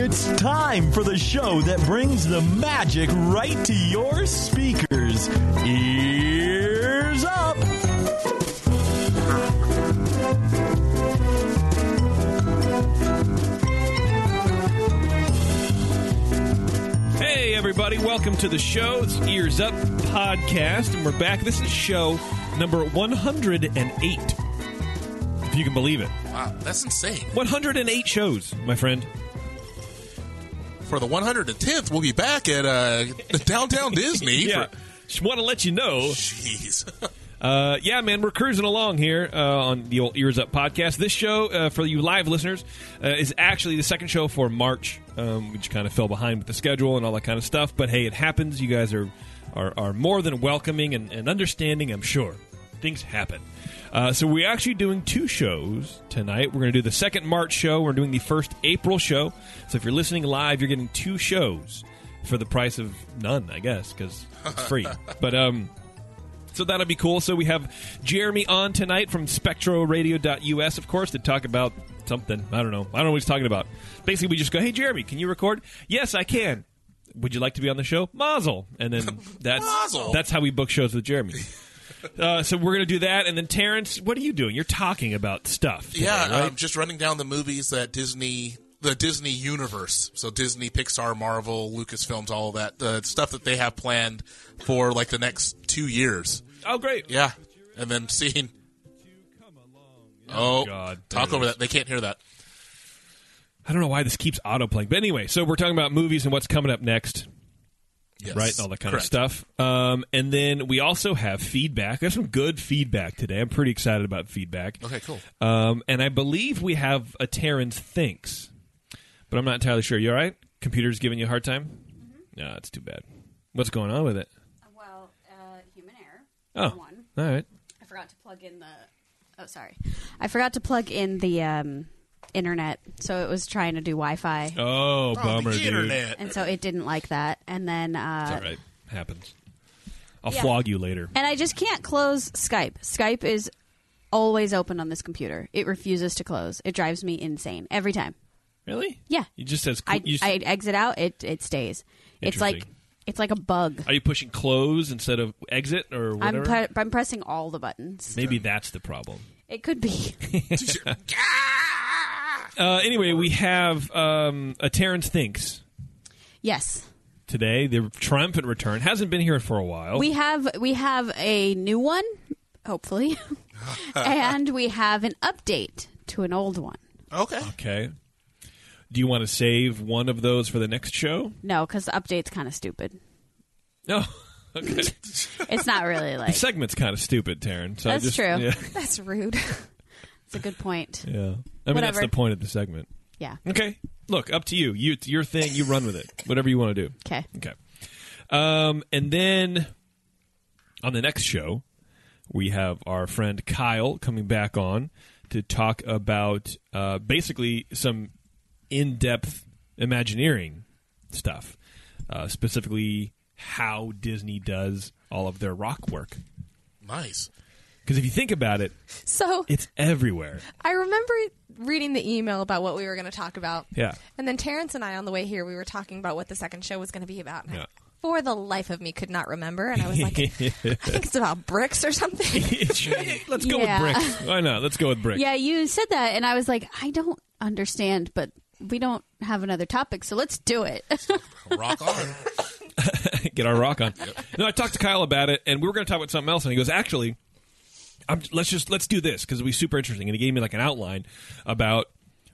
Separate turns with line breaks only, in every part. It's time for the show that brings the magic right to your speakers. Ears up!
Hey, everybody, welcome to the show. It's Ears Up Podcast, and we're back. This is show number 108, if you can believe it.
Wow, that's insane.
108 shows, my friend.
For the 110th, we'll be back at uh, downtown Disney.
Yeah.
For,
Just want to let you know.
jeez.
Uh, yeah, man, we're cruising along here uh, on the old Ears Up podcast. This show, uh, for you live listeners, uh, is actually the second show for March. Um, we just kind of fell behind with the schedule and all that kind of stuff. But hey, it happens. You guys are are, are more than welcoming and, and understanding, I'm sure. Things happen. Uh, so we're actually doing two shows tonight. We're going to do the second March show. We're doing the first April show. So if you're listening live, you're getting two shows for the price of none, I guess, because it's free. but um, so that'll be cool. So we have Jeremy on tonight from SpectroRadio.us, of course, to talk about something. I don't know. I don't know what he's talking about. Basically, we just go, "Hey, Jeremy, can you record?" Yes, I can. Would you like to be on the show? Mazel, and then that's
Mazel.
that's how we book shows with Jeremy. Uh, so we're gonna do that, and then Terrence, what are you doing? You're talking about stuff. today,
Yeah,
right?
um, just running down the movies that Disney, the Disney universe. So Disney, Pixar, Marvel, Lucasfilms, all of that the stuff that they have planned for like the next two years.
oh, great.
Yeah, and then seeing. Oh,
God, there
talk
it
over
is.
that. They can't hear that.
I don't know why this keeps autoplaying, but anyway. So we're talking about movies and what's coming up next.
Yes.
right? and All that kind
Correct.
of stuff. Um, and then we also have feedback. We have some good feedback today. I'm pretty excited about feedback.
Okay, cool.
Um, and I believe we have a Terrence Thinks, but I'm not entirely sure. You all right? Computer's giving you a hard time?
Mm-hmm.
No, it's too bad. What's going on with it?
Well, uh, human error.
Oh,
One.
all right.
I forgot to plug in the. Oh, sorry. I forgot to plug in the um, internet, so it was trying to do Wi-Fi,
Oh,
Oh,
bummer,
the
dude.
internet.
and so it didn't like that. And then,
It's
uh,
all right. Happens. I'll
Yeah.
flog you later.
and I just can't close Skype. Skype is always open on this computer. It refuses to close. It drives me insane every time.
Really?
Yeah.
You just says.
I,
you s-
I exit out. It it stays. It's like
Interesting.
it's like a bug.
are you pushing close instead of exit or whatever?
I'm pre- I'm pressing all the buttons.
Maybe that's the problem.
It could be.
Uh, anyway, we have um, a Terrence Thinks
yes.
today. The triumphant return hasn't been here for a while.
We have we have a new one, hopefully, and we have an update to an old one.
Okay.
okay. Do you want to save one of those for the next show?
No, because the update's kind of stupid.
No. Okay.
It's not really like
Segment's kind of stupid, Taryn. So I
that's
just-
true.
Yeah.
That's rude. It's a good point.
yeah. I mean, that's
Whatever.
the point of the segment.
Yeah.
Okay. Look, up to you. You, it's your thing. You run with it. Whatever you want to do.
Okay.
Okay. Um, and then on the next show, we have our friend Kyle coming back on to talk about uh, basically some in depth Imagineering stuff, uh, specifically how Disney does all of their rock work.
Nice.
Because if you think about it,
So
it's everywhere.
I remember reading the email about what we were going to talk about.
Yeah.
And then Terrence and I, on the way here, we were talking about what the second show was going to be about. And I,
Yeah.
for the life of me, could not remember. And I was like, I think it's about bricks or something.
Let's go
Yeah.
with bricks. Why not? Let's go with bricks.
Yeah, you said that, and I was like, I don't understand, but we don't have another topic, so let's do it.
Rock on.
get our rock on. No, I talked to Kyle about it, and we were going to talk about something else, and he goes, "Actually, I'm, let's just let's do this because it'll be super interesting." And he gave me like an outline about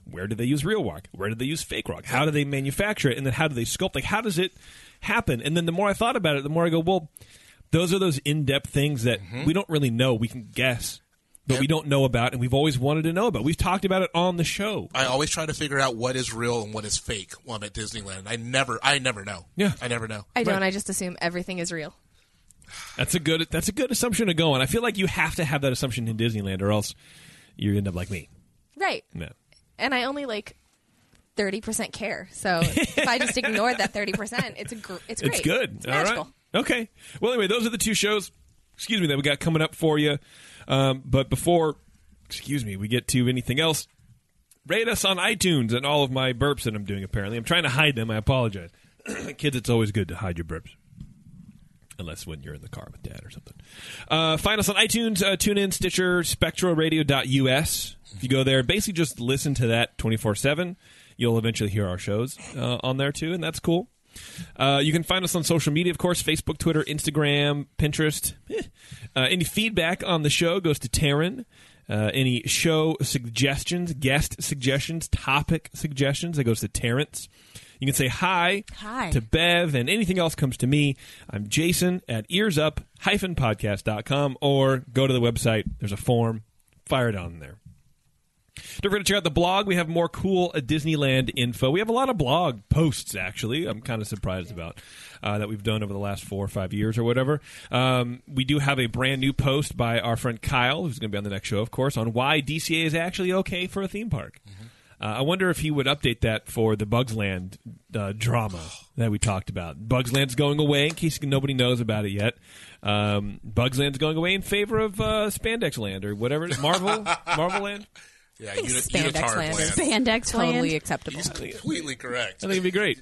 where do they use real rock, where do they use fake rock, how do they manufacture it, and then how do they sculpt? Like, how does it happen? And then the more I thought about it, the more I go, "Well, those are those in-depth things that we don't really know. We can guess." But we don't know about, and we've always wanted to know about. We've talked about it on the show.
I always try to figure out what is real and what is fake while I'm at Disneyland. I never, I never know.
Yeah.
I never know.
I don't. I just assume everything is real.
That's a good. That's a good assumption to go on. I feel like you have to have that assumption in Disneyland, or else you end up like me.
Right.
No.
And I only like 30% care. So if I just ignore that 30%, it's, a gr- it's great.
It's good.
It's
All right.
magical.
Okay. Well, anyway, those are the two shows. Excuse me that we got coming up for you. Um, but before, excuse me, we get to anything else. Rate us on iTunes and all of my burps that I'm doing, apparently. I'm trying to hide them. I apologize. Kids, it's always good to hide your burps. Unless when you're in the car with dad or something. Uh, find us on iTunes, uh, TuneIn, Stitcher, SpectraRadio.us. If you go there, basically just listen to that 24 7. You'll eventually hear our shows uh, on there too, and that's cool. Uh, you can find us on social media, of course Facebook, Twitter, Instagram, Pinterest. Eh. Uh, any feedback on the show goes to Taryn. Uh, any show suggestions, guest suggestions, topic suggestions, that goes to Terrence. You can say hi,
Hi.
to Bev, and anything else comes to me. I'm Jason at earsup-podcast.com or go to the website. There's a form. Fire it on there. Don't forget to check out the blog. We have more cool uh, Disneyland info. We have a lot of blog posts, actually. I'm kind of surprised about uh, that we've done over the last four or five years or whatever. Um, we do have a brand new post by our friend Kyle, who's going to be on the next show, of course, on why DCA is actually okay for a theme park. Uh, I wonder if he would update that for the Bugs Land uh, drama that we talked about. Bugs Land's going away, in case nobody knows about it yet. Um, Bugs Land's going away in favor of uh, Spandex Land or whatever it is, Marvel, Marvel Land.
Yeah,
think
unit,
spandex
unitard
land is
land.
Bandex
Totally
land.
acceptable.
He's completely correct.
I think it'd be great.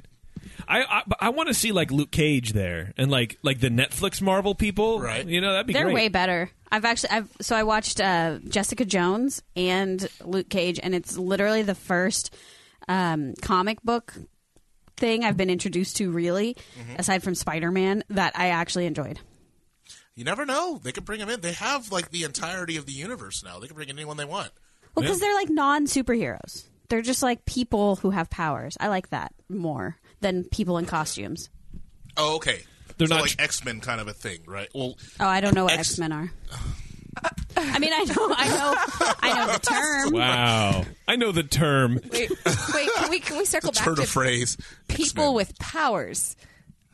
I I, but I want to see like Luke Cage there and like like the Netflix Marvel people.
Right.
You know that'd be
They're
great.
way better. I've actually, I've so I watched uh, Jessica Jones and Luke Cage, and it's literally the first um, comic book thing I've been introduced to, really,
Mm-hmm.
aside from Spider Man, that I actually enjoyed.
You never know. They could bring him in. They have like the entirety of the universe now. They can bring in anyone they want.
Well, because they're like non superheroes. They're just like people who have powers. I like that more than people in costumes.
Oh, okay.
They're
So,
not-
like X Men kind of a thing, right? Well,
Oh, I don't know what
Ex-
X Men are. I mean, I know, I know, I know the term.
wow. I know the term.
Wait, wait, can we can we circle back
turn
to
a phrase.
people
X-Men.
with powers?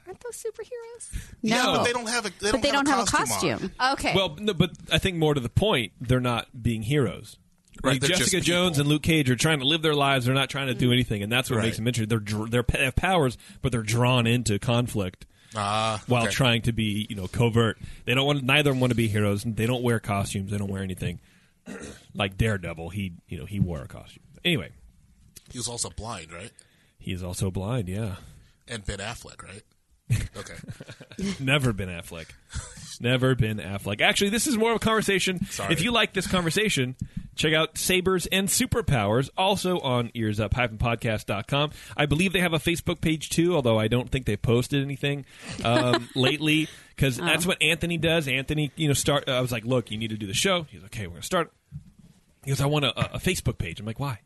Aren't those superheroes?
yeah,
No.
but they don't have a. They
But
don't
they
have
don't
a
have a
costume. on.
costume.
Okay.
Well, no, but I think more to the point, they're not being heroes.
Right,
Like
they're just
Jessica
people.
Jones and Luke Cage are trying to live their lives. They're not trying to
Mm.
do anything, and that's what
Right.
makes them interesting. They're dr- they're they have powers, but they're drawn into conflict
Ah,
while
okay.
trying to be you know covert. They don't want neither of them want to be heroes. They don't wear costumes. They don't wear anything. like Daredevil, he you know he wore a costume. Anyway,
He was also blind, right?
He is also blind, yeah.
And Ben Affleck, right? Okay.
Never been Affleck. Never been Affleck. Actually, this is more of a conversation.
Sorry.
If you like this conversation, check out Sabers and Superpowers, also on ears up podcast.com. I believe they have a Facebook page too, although I don't think they posted anything um, lately because that's what Anthony does. Anthony, you know, start. I was like, look, you need to do the show. He's okay, we're going to start. He goes, I want a, a Facebook page. I'm like, why?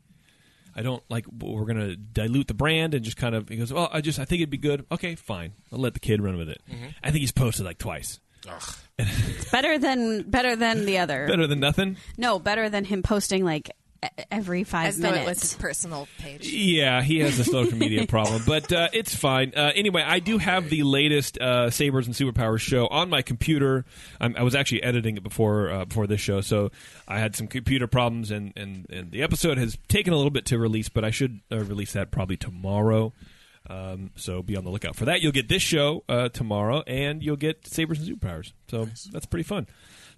I don't like. We're gonna dilute the brand and just kind of. He goes, well, I just I think it'd be good. Okay, fine. I'll let the kid run with it. I think he's posted like twice.
Ugh.
Better than better than the other.
Better than nothing.
No, better than him posting like e- every five
as though
minutes.
it was his personal page.
Yeah, he has a social media problem, but uh, it's fine. Uh, anyway, I do have the latest uh, Sabers and Superpowers show on my computer. I'm, I was actually editing it before uh, before this show, so I had some computer problems, and, and, and the episode has taken a little bit to release, but I should uh, release that probably tomorrow. Um, so be on the lookout for that. You'll get this show uh, tomorrow, and you'll get Sabers and Superpowers. So that's pretty fun.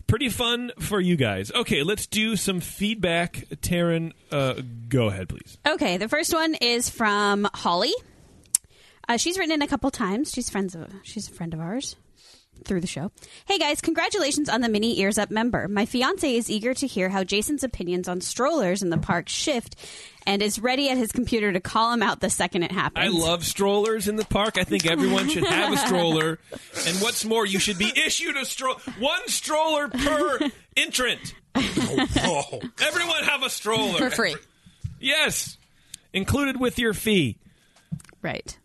Pretty fun for you guys. Okay, let's do some feedback. Taryn, uh, go ahead, please.
Okay, the first one is from Holly. Uh, she's written in a couple times. She's friends of she's a friend of ours through the show. Hey guys, congratulations on the mini ears up member. My fiance is eager to hear how Jason's opinions on strollers in the park shift, and is ready at his computer to call him out the second it happens.
I love strollers in the park. I think everyone should have a stroller. And what's more, you should be issued a stroller. One stroller per entrant.
Oh, Whoa.
Everyone have a stroller.
For free.
Yes. Included with your fee.
Right.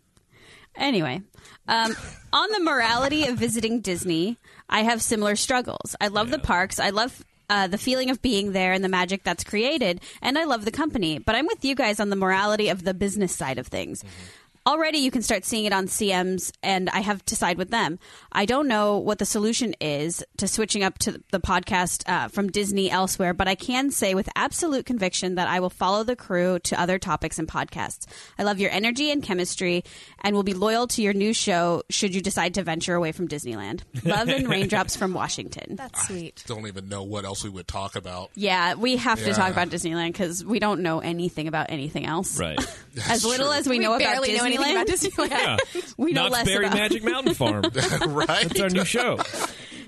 Anyway, um, on the morality of visiting Disney, I have similar struggles. I love the parks. I love. Uh, the feeling of being there and the magic that's created, and I love the company. But I'm with you guys on the morality of the business side of things. Already you can start seeing it on CMs, and I have to side with them. I don't know what the solution is to switching up to the podcast uh, from Disney elsewhere, but I can say with absolute conviction that I will follow the crew to other topics and podcasts. I love your energy and chemistry, and will be loyal to your new show should you decide to venture away from Disneyland. Love and raindrops from Washington.
That's sweet.
Don't even know what else we would talk about.
Yeah, we have to
Yeah.
talk about Disneyland because we don't know anything about anything else.
Right.
As little
true.
as we, know about
barely know
Disneyland,
anything about Disneyland.
Yeah.
we know
Knott's
less
Berry
about.
Magic Mountain Farm. That's
right?
our new show.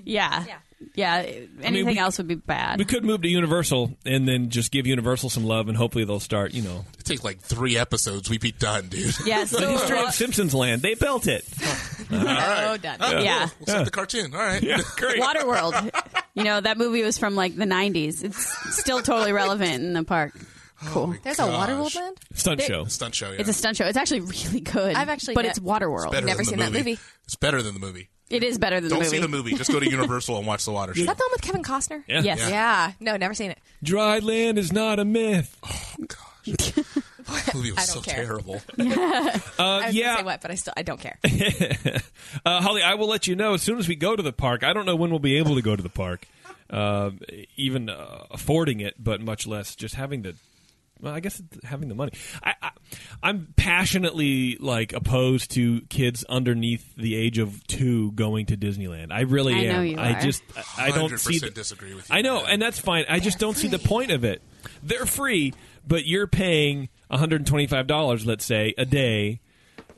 Yeah.
Yeah.
Yeah. Anything
we-
else would be bad.
We could move to Universal and then just give Universal some love, and hopefully they'll start. You know,
It takes like three episodes. We'd be done, dude.
yeah.
the
So,
history of Simpsons Land. They built it.
All right.
Oh, done.
Oh, cool.
Yeah.
We'll set the cartoon. All right.
Yeah, great.
Waterworld. You know, that movie was from like the 90s. It's still totally relevant in the park. Cool.
There's a water world land.
Stunt show.
Oh Stunt show. Yeah.
It's a stunt show. It's actually really good.
I've actually
but
ne-
it's Waterworld.
better
never
than
seen
the
that movie.
It's better than the movie.
It is better than
Don't
the movie.
see the movie. Just go to Universal and watch the water
Is
show.
that the one with Kevin Costner?
Yeah.
Yes.
Yeah. No, never seen it.
Dry land is not a myth. Uh,
That movie was
I don't
so
care.
terrible.
I
Uh,
was gonna say
yeah,
what, but I still I don't care.
uh, Holly, I will let you know as soon as we go to the park. I don't know when we'll be able to go to the park, uh, even uh, affording it, but much less just having the. Well, I guess it's having the money. I, I, I'm passionately like opposed to kids underneath the age of two going to Disneyland. I really
I
am.
know you
I
are.
just I, I don't see.
100%
The,
disagree with you.
I know, and that's fine. I just don't see the point of it. They're free, but you're paying $125, let's say, a day,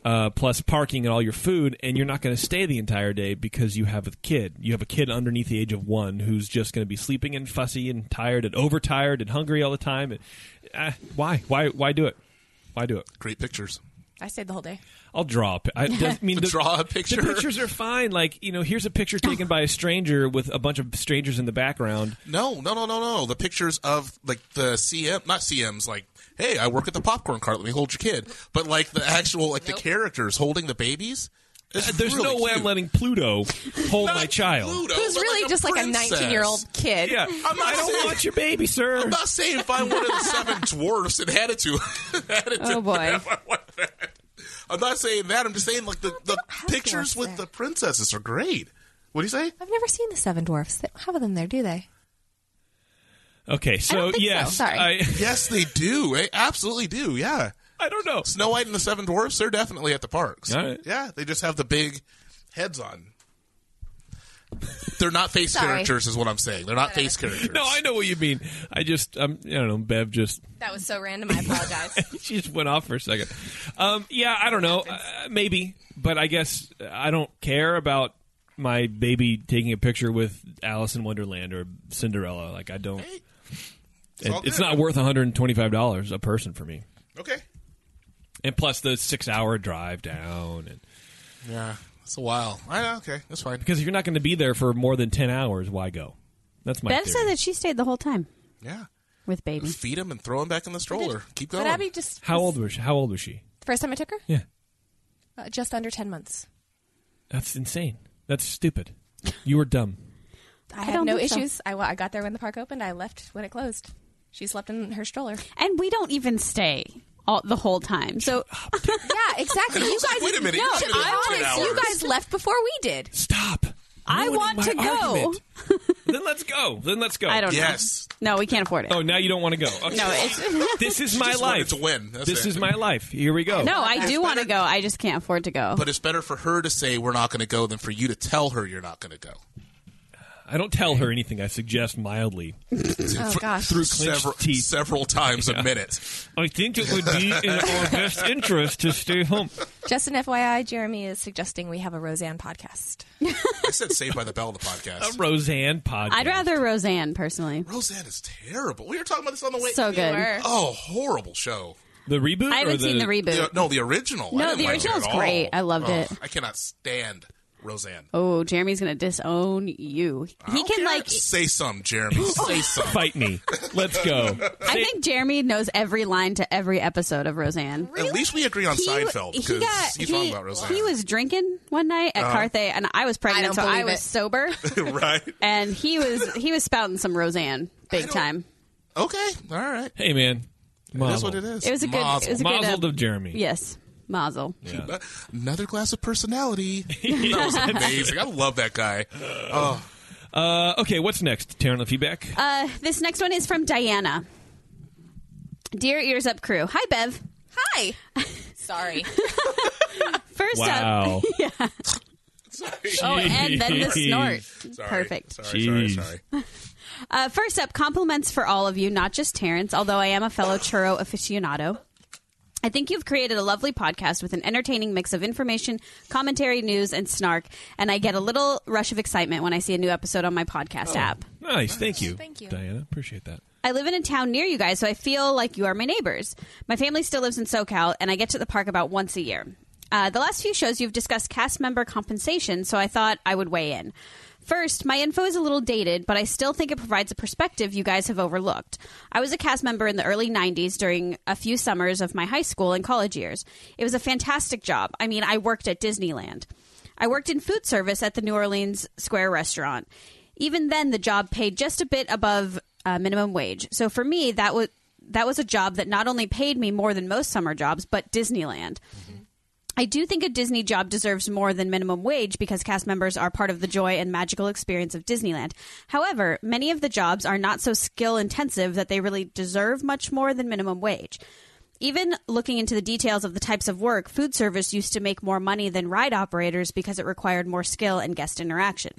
uh, plus parking and all your food, and you're not going to stay the entire day because you have a kid. You have a kid underneath the age of one who's just going to be sleeping and fussy and tired and overtired and hungry all the time. And, uh, why? Why? Why do it? Why do it?
great pictures.
I stayed the whole day.
I'll draw. A pi- I does- I mean, the,
Draw a
the
picture.
pictures are fine. Like you know, here's a picture taken by a stranger with a bunch of strangers in the background.
No, no, no, no, no. The pictures of like the CM, not CMs, like, hey, I work at the popcorn cart. Let me hold your kid. But like the actual, like the characters holding the babies. It's
Uh, There's
really
no way
cute.
I'm letting Pluto hold
Not
my child.
Pluto,
Who's
but
really just Oh, like a
princess.
19 year old kid.
Yeah,
I'm not
I don't
saying-
want your baby, sir.
I'm not saying find one of the seven dwarfs and had it to. had it
Oh,
to
boy.
them. I want that. I'm not saying that. I'm just saying like the, the
have
pictures
dwarfs
with
there.
the princesses are great. What do you say?
I've never seen the Seven Dwarfs. They don't have them there, do they?
Okay, so
think so.
yes,
Sorry.
I,
Yes, they do. They absolutely do. Yeah.
I don't know.
Snow White and the Seven Dwarfs, they're definitely at the parks.
All right.
Yeah, they just have the big heads on. They're not face
Sorry.
characters, is what I'm saying. They're not face characters.
No, I know what you mean. I just, um, I don't know. Bev just,
That was so random. I apologize.
she just went off for a second. Um, yeah, I don't know. Uh, maybe, but I guess I don't care about my baby taking a picture with Alice in Wonderland or Cinderella. Like I don't. It-
all
it's
good.
not worth 125 dollars a person for me,
Okay.
and plus the six-hour drive down and.
Yeah, that's a while. I know, okay, that's fine.
Because if you're not going to be there for more than 10 hours, why go? That's my
Bev
theory.
said that she stayed the whole time
Yeah.
with baby.
Feed them and throw them back in the stroller. Keep going.
but Abby just
How old was she? How old was she?
the first time I took her,
Yeah.
uh, just under ten months.
That's insane. That's stupid. You were dumb.
I,
don't
had no
think so.
issues. I, wa- I got there when the park opened. I left when it closed. She slept in her stroller.
And we don't even stay all, the whole time. So
Yeah, exactly. You guys,
Wait a minute,
No,
you should've been
I
ten
honest, you
hours.
guys left before we did.
Stop.
I
Ruining
want
my
to go.
argument. then let's go. Then let's go.
I don't
Yes.
know. No, we can't afford it.
Oh, now you don't want to go. Okay.
No, it's,
this is my
just wanted
life.
to win. That's
this
it.
is my life. Here we go.
no, I
It's
do want to go. I just can't afford to go.
But it's better for her to say we're not going to go than for you to tell her you're not going to go.
I don't tell her anything. I suggest mildly.
Oh gosh.
Through
clenched
several,
teeth.
several times a minute.
I think it would be in our best interest to stay home.
Just an FYI, Jeremy is suggesting we have a Roseanne podcast.
I said Saved by the Bell in the podcast.
A Roseanne podcast.
I'd rather Roseanne personally.
Roseanne is terrible. We were talking about this on the way.
So good.
Sure.
Oh, horrible show.
the reboot.
I
or
haven't
the,
seen the reboot.
The- no, the original.
No,
I didn't
the
like it
original's
at all.
great. I loved
Ugh,
it.
I cannot stand Roseanne.
Oh, Jeremy's gonna disown you.
Oh,
He can like.
say some, Jeremy. Say some.
Fight me. Let's go.
I think Jeremy knows every line to every episode of Roseanne.
At least we agree on Seinfeld
he
because
got-
he's
he-
wrong about Roseanne. Uh-huh.
he was drinking one night at Carthay, and I was pregnant,
I don't
so I
believe
was
it.
sober.
right.
and he was he was spouting some Roseanne big
don't-
time.
Okay. All right.
Hey, man.
That's
Mazel.
what it is.
It was a good.
Mazel.
It was a good.
Mazel
uh,
to Jeremy.
yes, Mazel.
Yeah.
Another glass of personality. That was amazing. I love that guy. Oh,
Uh, okay, what's next? Taryn, the feedback.
Uh, this next one is from Diana. Dear Ears Up crew, hi Bev.
Hi. Sorry.
First up,
wow.
oh, and then the snort.
sorry.
Perfect.
Sorry, sorry,
Jeez.
sorry.
Uh, first up, compliments for all of you, not just Terrence, although I am a fellow churro aficionado. I think you've created a lovely podcast with an entertaining mix of information, commentary, news, and snark, and I get a little rush of excitement when I see a new episode on my podcast app.
Nice. Thank you.
Thank you.
Diana. Appreciate that.
I live in a town near you guys, so I feel like you are my neighbors. My family still lives in SoCal, and I get to the park about once a year. Uh, the last few shows you've discussed cast member compensation, so I thought I would weigh in. First, my info is a little dated, but I still think it provides a perspective you guys have overlooked. I was a cast member in the early 90s during a few summers of my high school and college years. It was a fantastic job. I mean, I worked at Disneyland. I worked in food service at the New Orleans Square restaurant. Even then, the job paid just a bit above uh, minimum wage. So for me, that was that was a job that not only paid me more than most summer jobs, but Disneyland. I do think a Disney job deserves more than minimum wage because cast members are part of the joy and magical experience of Disneyland. However, many of the jobs are not so skill intensive that they really deserve much more than minimum wage. Even looking into the details of the types of work, food service used to make more money than ride operators because it required more skill and guest interaction.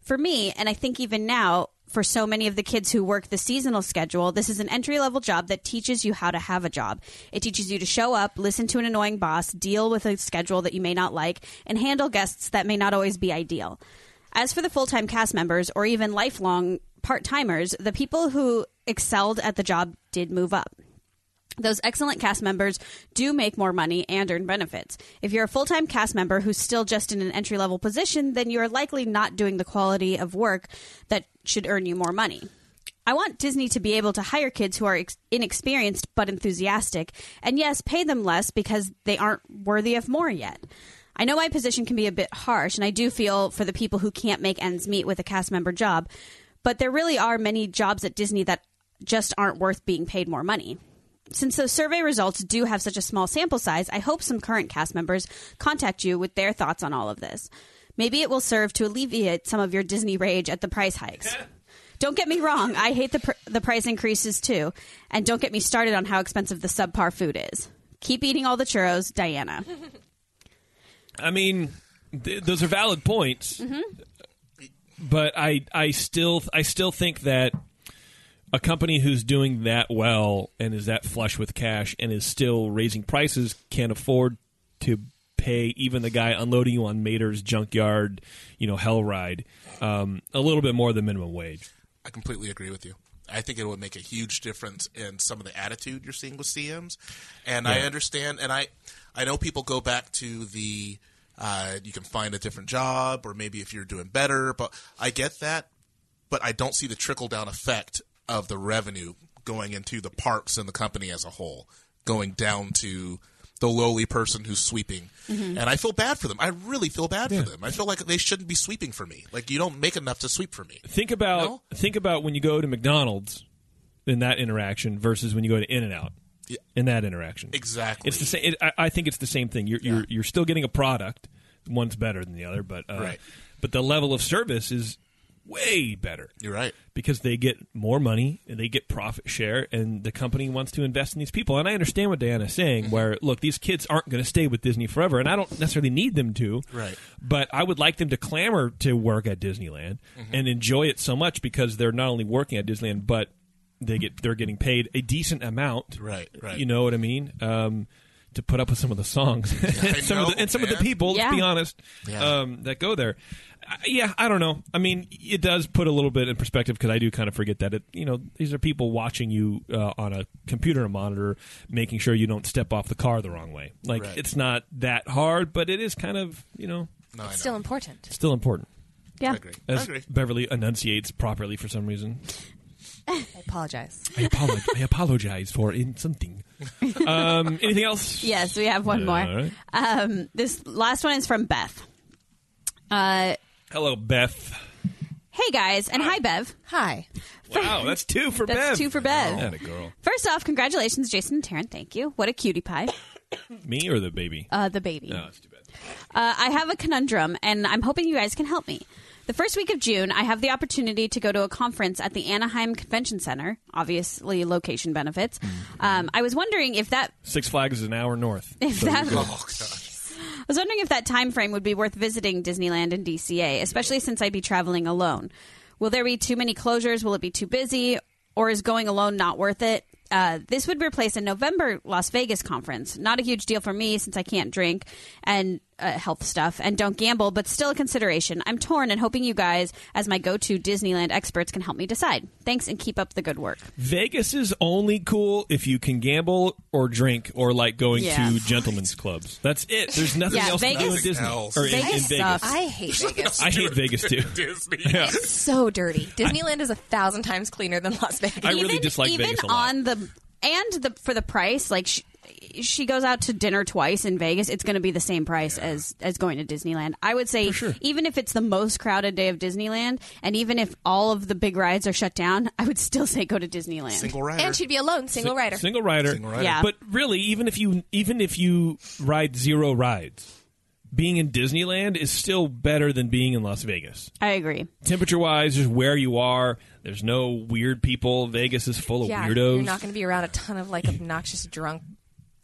For me, and I think even now, for so many of the kids who work the seasonal schedule, this is an entry level job that teaches you how to have a job. It teaches you to show up, listen to an annoying boss, deal with a schedule that you may not like, and handle guests that may not always be ideal. As for the full time cast members or even lifelong part timers, the people who excelled at the job did move up. Those excellent cast members do make more money and earn benefits. If you're a full time cast member who's still just in an entry level position, then you are likely not doing the quality of work that should earn you more money. I want Disney to be able to hire kids who are ex- inexperienced but enthusiastic, and yes, pay them less because they aren't worthy of more yet. I know my position can be a bit harsh, and I do feel for the people who can't make ends meet with a cast member job, but there really are many jobs at Disney that just aren't worth being paid more money. Since those survey results do have such a small sample size, I hope some current cast members contact you with their thoughts on all of this. Maybe it will serve to alleviate some of your Disney rage at the price hikes. Don't get me wrong, I hate the, pr- the price increases too, and don't get me started on how expensive the subpar food is. Keep eating all the churros, Diana.
I mean, th- those are valid points,
Mm-hmm.
but I I still I still think that a company who's doing that well and is that flush with cash and is still raising prices can afford to pay even the guy unloading you on Mater's junkyard, you know, hell ride, um, a little bit more than minimum wage.
I completely agree with you. I think it would make a huge difference in some of the attitude you're seeing with CMs, and I understand. And I, I know people go back to the, uh, you can find a different job, or maybe if you're doing better. But I get that, but I don't see the trickle down effect of the revenue going into the parks and the company as a whole, going down to the lowly person who's sweeping.
Mm-hmm.
And I feel bad for them. I really feel bad for them. I feel like they shouldn't be sweeping for me. Like you don't make enough to sweep for me.
Think about
No?
think about when you go to McDonald's in that interaction versus when you go to In and Out
Yeah.
in that interaction.
Exactly.
It's the same. It, I, I think it's the same thing. You're, you're you're still getting a product. One's better than the other, but uh,
Right.
but the level of service is way better
You're right.
because they get more money and they get profit share, and the company wants to invest in these people. And I understand what Diana's saying,
Mm-hmm.
where look, these kids aren't going to stay with Disney forever, and I don't necessarily need them to.
Right.
But I would like them to clamor to work at Disneyland
Mm-hmm.
and enjoy it so much because they're not only working at Disneyland, but they get they're getting paid a decent amount.
Right, right.
You know what I mean? Um, to put up with some of the songs and,
I
some, of
know,
the, and some of the
man.
people,
Yeah.
let's be honest,
Yeah.
um, that go there. I, yeah, I don't know. I mean, it does put a little bit in perspective because I do kind of forget that it. You know, these are people watching you uh, on a computer and monitor, making sure you don't step off the car the wrong way. Like
Right.
it's not that hard, but it is kind of you know
No, I know.
Still important.
still important.
Yeah.
I agree. I
As
agree.
Beverly enunciates properly for some reason.
I apologize.
I apologize, I apologize for in something. Um, anything else?
Yes, we have one
All
more.
right.
Um, this last one is from Beth. Uh,
Hello, Beth.
hey guys, and hi Bev.
Hi.
Wow, that's two for Bev.
That's two for Bev.
That girl.
First off, congratulations, Jason and Taryn. Thank you. What a cutie pie.
Me or the baby?
Uh, the baby.
No, it's too bad.
Uh, I have a conundrum, and I'm hoping you guys can help me. The first week of June, I have the opportunity to go to a conference at the Anaheim Convention Center. Obviously, location benefits. Um, I was wondering if that
Six Flags is an hour north.
if that
Oh gosh.
I was wondering if that time frame would be worth visiting Disneyland and DCA, especially since I'd be traveling alone. Will there be too many closures? Will it be too busy? Or is going alone not worth it? Uh, this would replace a November Las Vegas conference. Not a huge deal for me since I can't drink and uh, health stuff and don't gamble, but still a consideration. I'm torn and hoping you guys, as my go to Disneyland experts, can help me decide. Thanks and keep up the good work.
Vegas is only cool if you can gamble or drink or like going
Yeah.
to gentlemen's clubs. That's it. There's nothing
Yeah,
else to do in
Vegas-
Disney
else.
or in, in
Vegas
Vegas.
sucks.
I hate Vegas.
I hate Vegas too.
Disney.
It's so dirty. Disneyland is a thousand times cleaner than Las Vegas.
I really dislike
even
Vegas a lot.
on the and the for the price like she, she goes out to dinner twice in Vegas it's going to be the same price as as going to Disneyland I would say even if it's the most crowded day of Disneyland and even if all of the big rides are shut down I would still say go to Disneyland
Single rider.
and she'd be alone, single rider.
Single rider.
Single rider.
Yeah.
But really, even if you even if you ride zero rides, being in Disneyland is still better than being in Las Vegas.
I agree
Temperature wise, just where you are. There's no weird people. Vegas is full of
yeah,
weirdos.
you're not going to be around a ton of like obnoxious drunk.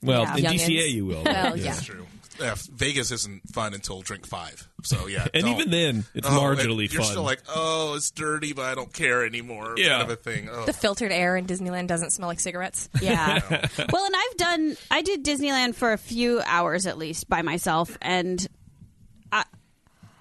well,
Yeah.
in
Youngins.
DCA you will.
Well, yeah.
That's true. Yeah, Vegas isn't fun until drink five. So yeah,
And
don't.
even then, it's
Oh, and
marginally
You're
fun.
still like, oh, it's dirty, but I don't care anymore.
Yeah.
kind of a thing. Oh.
The filtered air in Disneyland doesn't smell like cigarettes.
yeah well and I've done I did Disneyland for a few hours at least by myself and I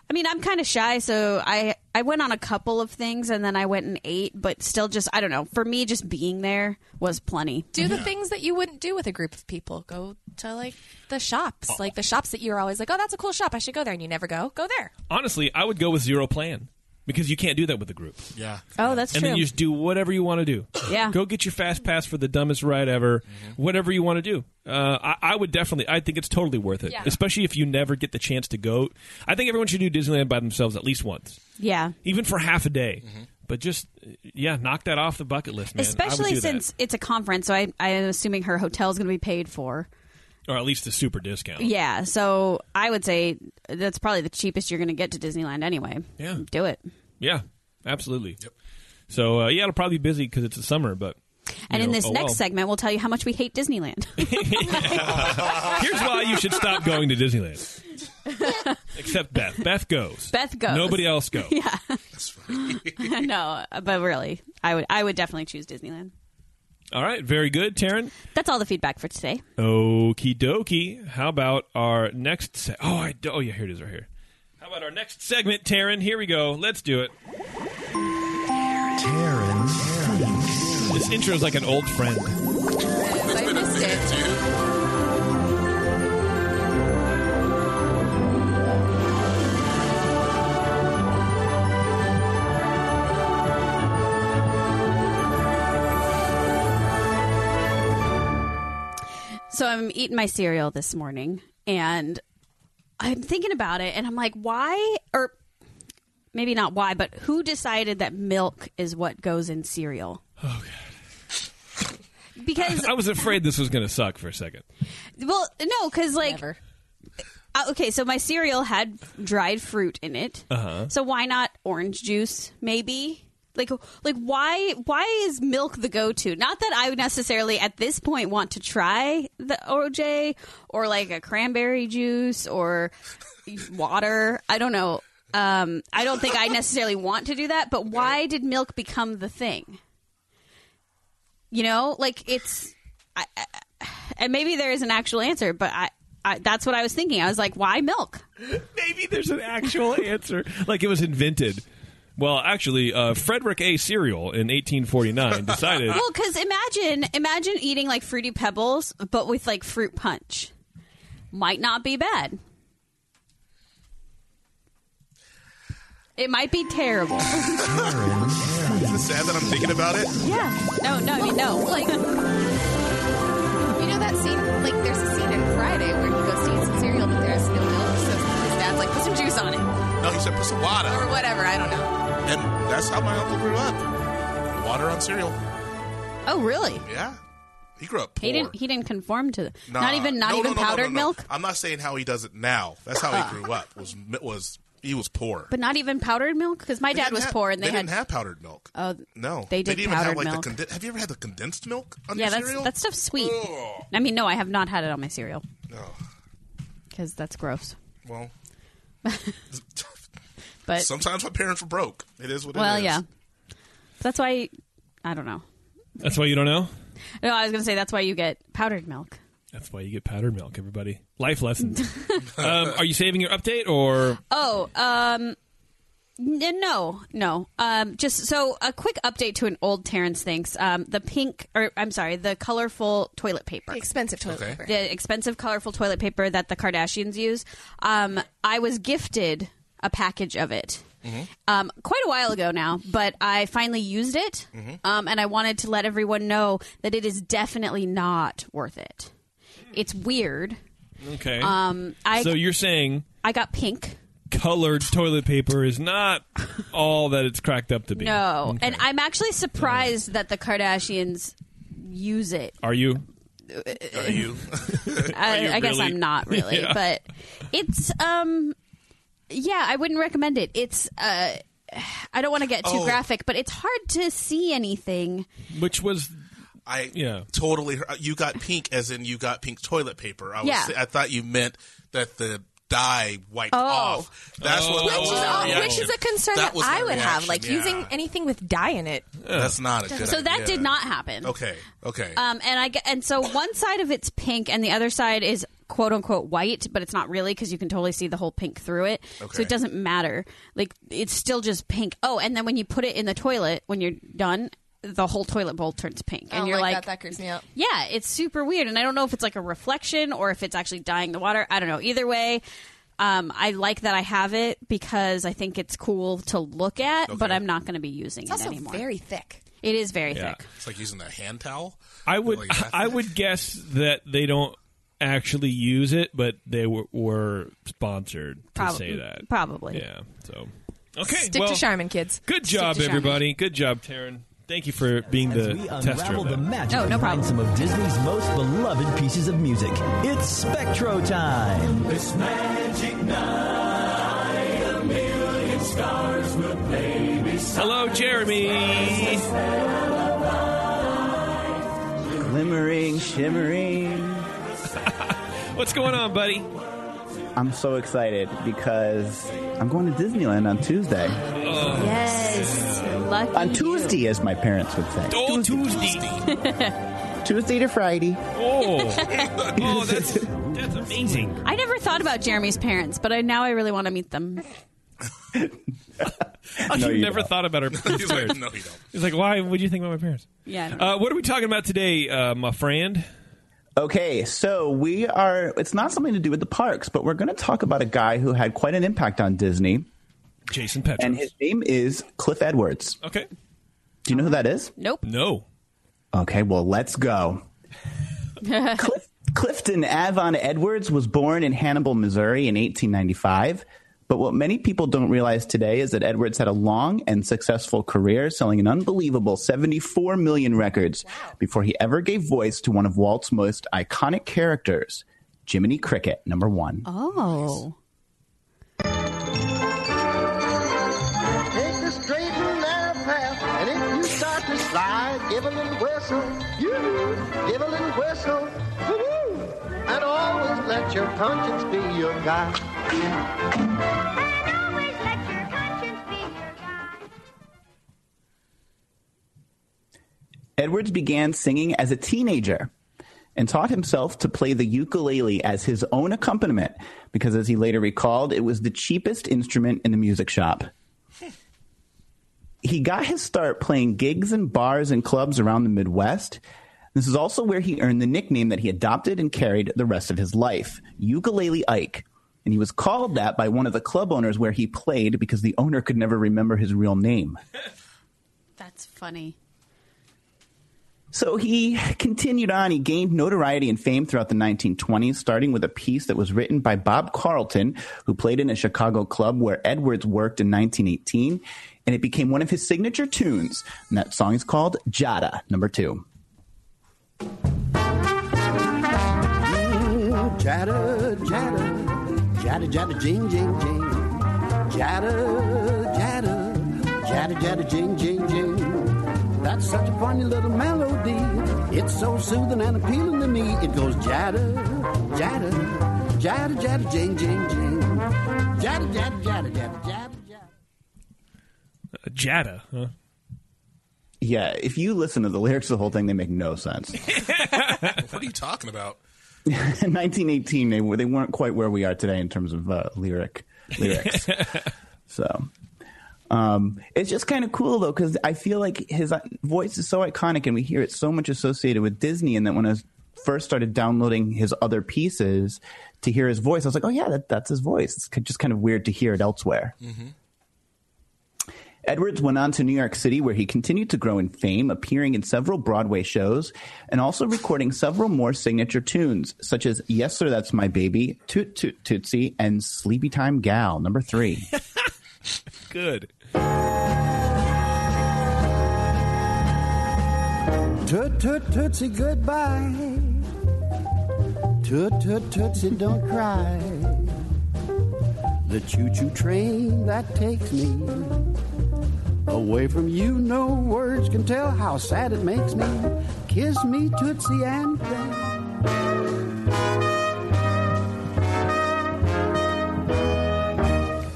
I mean I'm kind of shy so I I went on a couple of things and then I went and ate but still just I don't know for me just being there was plenty
Do the things that you wouldn't do with a group of people. Go to like the shops,
Oh.
like the shops that you're always like, oh, that's a cool shop. I should go there, and you never go. Go there.
Honestly, I would go with zero plan because you can't do that with a group.
yeah.
Oh, that's
and
true.
then you just do whatever you want to do.
Yeah.
Go get your fast pass for the dumbest ride ever.
Mm-hmm.
Whatever you want to do. Uh, I, I would definitely. I think it's totally worth it,
Yeah.
especially if you never get the chance to go. I think everyone should do Disneyland by themselves at least once,
yeah.
even for half a day.
Mm-hmm.
But just uh, yeah, knock that off the bucket list, man. I would
Especially
do that.
since it's a conference, so I, I am assuming her hotel is going to be paid for.
or at least the super discount.
Yeah, so I would say that's probably the cheapest you're going to get to Disneyland anyway.
Yeah.
Do it.
Yeah, absolutely. So uh, yeah, it'll probably be busy because it's the summer, but. you
And in
know,
this
oh
next
well.
segment, we'll tell you how much we hate Disneyland.
Here's why you should stop going to Disneyland. Except Beth. Beth goes.
Beth goes.
Nobody else goes.
no, but really, I would I would definitely choose Disneyland.
All right, very good, Taryn.
That's all the feedback for today.
Okie dokie. How about our next? Se- oh, I do- oh yeah, here it is, right here. How about our next segment, Taryn? Here we go. Let's do it. Taryn. This intro is like an old friend.
I missed it.
Dude,
So I'm eating my cereal this morning and I'm thinking about it and I'm like, why or maybe not why, but who decided that milk is what goes in cereal? Oh god. Because
I was afraid this was going to suck for a second.
well, no, cuz like
Never.
uh, okay, so my cereal had dried fruit in it. Uh-huh. So why not orange juice maybe? Like like why why is milk the go-to? Not that I would necessarily at this point want to try the OJ or like a cranberry juice or water. I don't know. Um, I don't think I necessarily want to do that, but why did milk become the thing? You know, like it's I, I, and maybe there is an actual answer, but I, I that's what I was thinking. I was like, why milk?
Maybe there's an actual answer. Like it was invented. Well, actually, uh, Frederick A. Cereal in 1849 decided.
Well, because imagine imagine eating like fruity pebbles, but with like fruit punch. Might not be bad. It might be terrible.
is it sad that I'm thinking about it?
Yeah. No, no, I mean, no.
Like, you know that scene? Like, there's a scene in Friday where he goes to eat some cereal, but there's no milk, so his dad's like, put some juice on it
No, he said put some water,
or whatever. I don't know.
and that's how my uncle grew up. Water on cereal.
Oh, really?
Yeah. He grew up poor.
He didn't. He didn't conform to the,
Nah.
not even not
No, no,
even
no, no,
powdered
no, no.
milk,
I'm not saying how he does it now. That's how he grew up. Was was he was poor.
but not even powdered milk because my
They
dad
didn't
was
have-
poor and they, had
didn't have powdered milk.
Oh,
no,
they did
didn't even have
powdered
like
milk.
the. Condi- have you ever had the condensed milk on
yeah.
your
That's
cereal? Oh.
that stuff's sweet.
Ugh.
I mean, no, I have not had it on my cereal
Oh,
because that's gross.
well,
But
sometimes my parents were broke. It is what
well,
it is.
yeah, that's why I don't know.
That's why you don't know.
No, I was gonna say that's why you get powdered milk.
That's why you get powdered milk, everybody. Life lessons. um, are you saving your update or
Oh, um, n- no, no. Um, just so a quick update to an old Terrence thinks. Um, the pink, or I'm sorry, the colorful toilet paper.
The expensive toilet
Okay.
paper.
the expensive, colorful toilet paper that the Kardashians use. Um, I was gifted a package of it um, quite a while ago now, but I finally used it, um, and I wanted to let everyone know that it is definitely not worth it. It's weird.
okay?
Um, I
so you're saying
I got pink.
colored toilet paper is not all that it's cracked up to be.
No,
Okay.
and I'm actually surprised that the Kardashians use it.
are you?
Are you?
I, I guess
really?
I'm not really,
Yeah.
but it's um, yeah, I wouldn't recommend it. It's uh, I don't want to get too
Oh.
graphic, but it's hard to see anything.
Which was
I
Yeah.
totally. Heard, you got pink, as in you got pink toilet paper. I was.
Yeah. Oh.
I thought you meant that the dye wiped off. That's what. Oh, That
Which
was
is,
my
all-
reaction.
which is a concern
That
that,
was my
I would have,
reaction,
like
yeah.
using anything with dye in it.
That's not a good.
So that
idea.
did not happen.
Okay. Okay.
Um, and I get- and so one side of it's pink, and the other side is quote unquote white, but it's not really because you can totally see the whole pink through it. So
Okay.
it doesn't matter. Like it's still just pink. Oh, and then when you put it in the toilet when you're done, the whole toilet bowl turns pink, and you're like.
Oh, that. That creeps me out.
yeah, it's super weird, and I don't know if it's like a reflection or if it's actually dyeing the water. I don't know. Either way, um, I like that I have it because I think it's cool to look at, but
Okay.
I'm not going to be using
It's
it
also
anymore.
very thick.
it is very
Yeah.
thick.
it's like using a hand towel.
I would
Like that.
I would guess that they don't actually use it, but they were, were sponsored to
Prob-
say that.
Probably.
Yeah. So okay.
Stick
well,
to Charmin, kids.
Good
Stick
job,
to Charmin.
everybody. Good job, Taryn. Thank you for being
As we
the tester.
unravel
Of
the
that.
magic
Oh, no
behind
problem.
some of Disney's most beloved pieces of music, it's Spectro time. This magic night, a million stars will play
Hello, Jeremy.
Glimmering, shimmering.
What's going on, buddy?
I'm so excited because I'm going to Disneyland on Tuesday.
Yes. Lucky
On
you.
Tuesday, as my parents would say.
Oh, Tuesday.
Tuesday to Friday.
Oh, oh, that's that's amazing.
I never thought about Jeremy's parents, but I now I really want to meet them.
Oh, you
you
never
don't.
thought about her.
He's like, no, you don't.
He's like, why would you think about my parents?
Yeah.
Uh, what are we talking about today, uh, my friend?
Okay, so we are, it's not something to do with the parks, but we're going to talk about a guy who had quite an impact on Disney,
Jason Petros.
and his name is Cliff Edwards.
okay.
Do you know who that is?
nope.
No.
Okay, well, let's go. Clif- Clifton Avon Edwards was born in Hannibal, Missouri in 1895. But what many people don't realize today is that Edwards had a long and successful career selling an unbelievable 74 million records before he ever gave voice to one of Walt's most iconic characters, Jiminy Cricket, number one.
Oh.
Take the straight and narrow path, and if you start to slide, give a little whistle. You give a little whistle. Woo-hoo. And always let your conscience be your guide.
Edwards began singing as a teenager and taught himself to play the ukulele as his own accompaniment because, as he later recalled, it was the cheapest instrument in the music shop. He got his start playing gigs in bars and clubs around the Midwest. This is also where he earned the nickname that he adopted and carried the rest of his life Ukulele Ike. And he was called that by one of the club owners where he played because the owner could never remember his real name.
That's funny.
So he continued on. He gained notoriety and fame throughout the 1920s, starting with a piece that was written by Bob Carlton, who played in a Chicago club where Edwards worked in 1918. And it became one of his signature tunes. And that song is called Jada, number two.
Jada,
Chatter, chatter, chatter, chatter, jing, jing, jing. Chatter, chatter, chatter, chatter, jing, jing, jing. That's such a funny little melody. It's so soothing and appealing to me. It goes chatter, chatter, chatter, chatter, jing, jing, jing. Chatter, chatter, chatter, chatter, chatter, chatter.
Uh, Jada. Huh?
Yeah, if you listen to the lyrics of the whole thing, they make no sense.
What are you talking about?
in 1918 they were they weren't quite where we are today in terms of uh, lyric lyrics so um, it's just kind of cool though because i feel like his uh, voice is so iconic and we hear it so much associated with disney and that when i was- first started downloading his other pieces to hear his voice i was like oh yeah that, that's his voice it's ki- just kind of weird to hear it elsewhere Edwards went on to New York City, where he continued to grow in fame, appearing in several Broadway shows and also recording several more signature tunes, such as Yes Sir, That's My Baby, Toot Toot Tootsie, and Sleepy Time Gal, number three.
Good.
Toot toot tootsie goodbye. Toot toot tootsie don't cry. The choo choo train that takes me away from you, no words can tell how sad it makes me. Kiss me tootsie and play.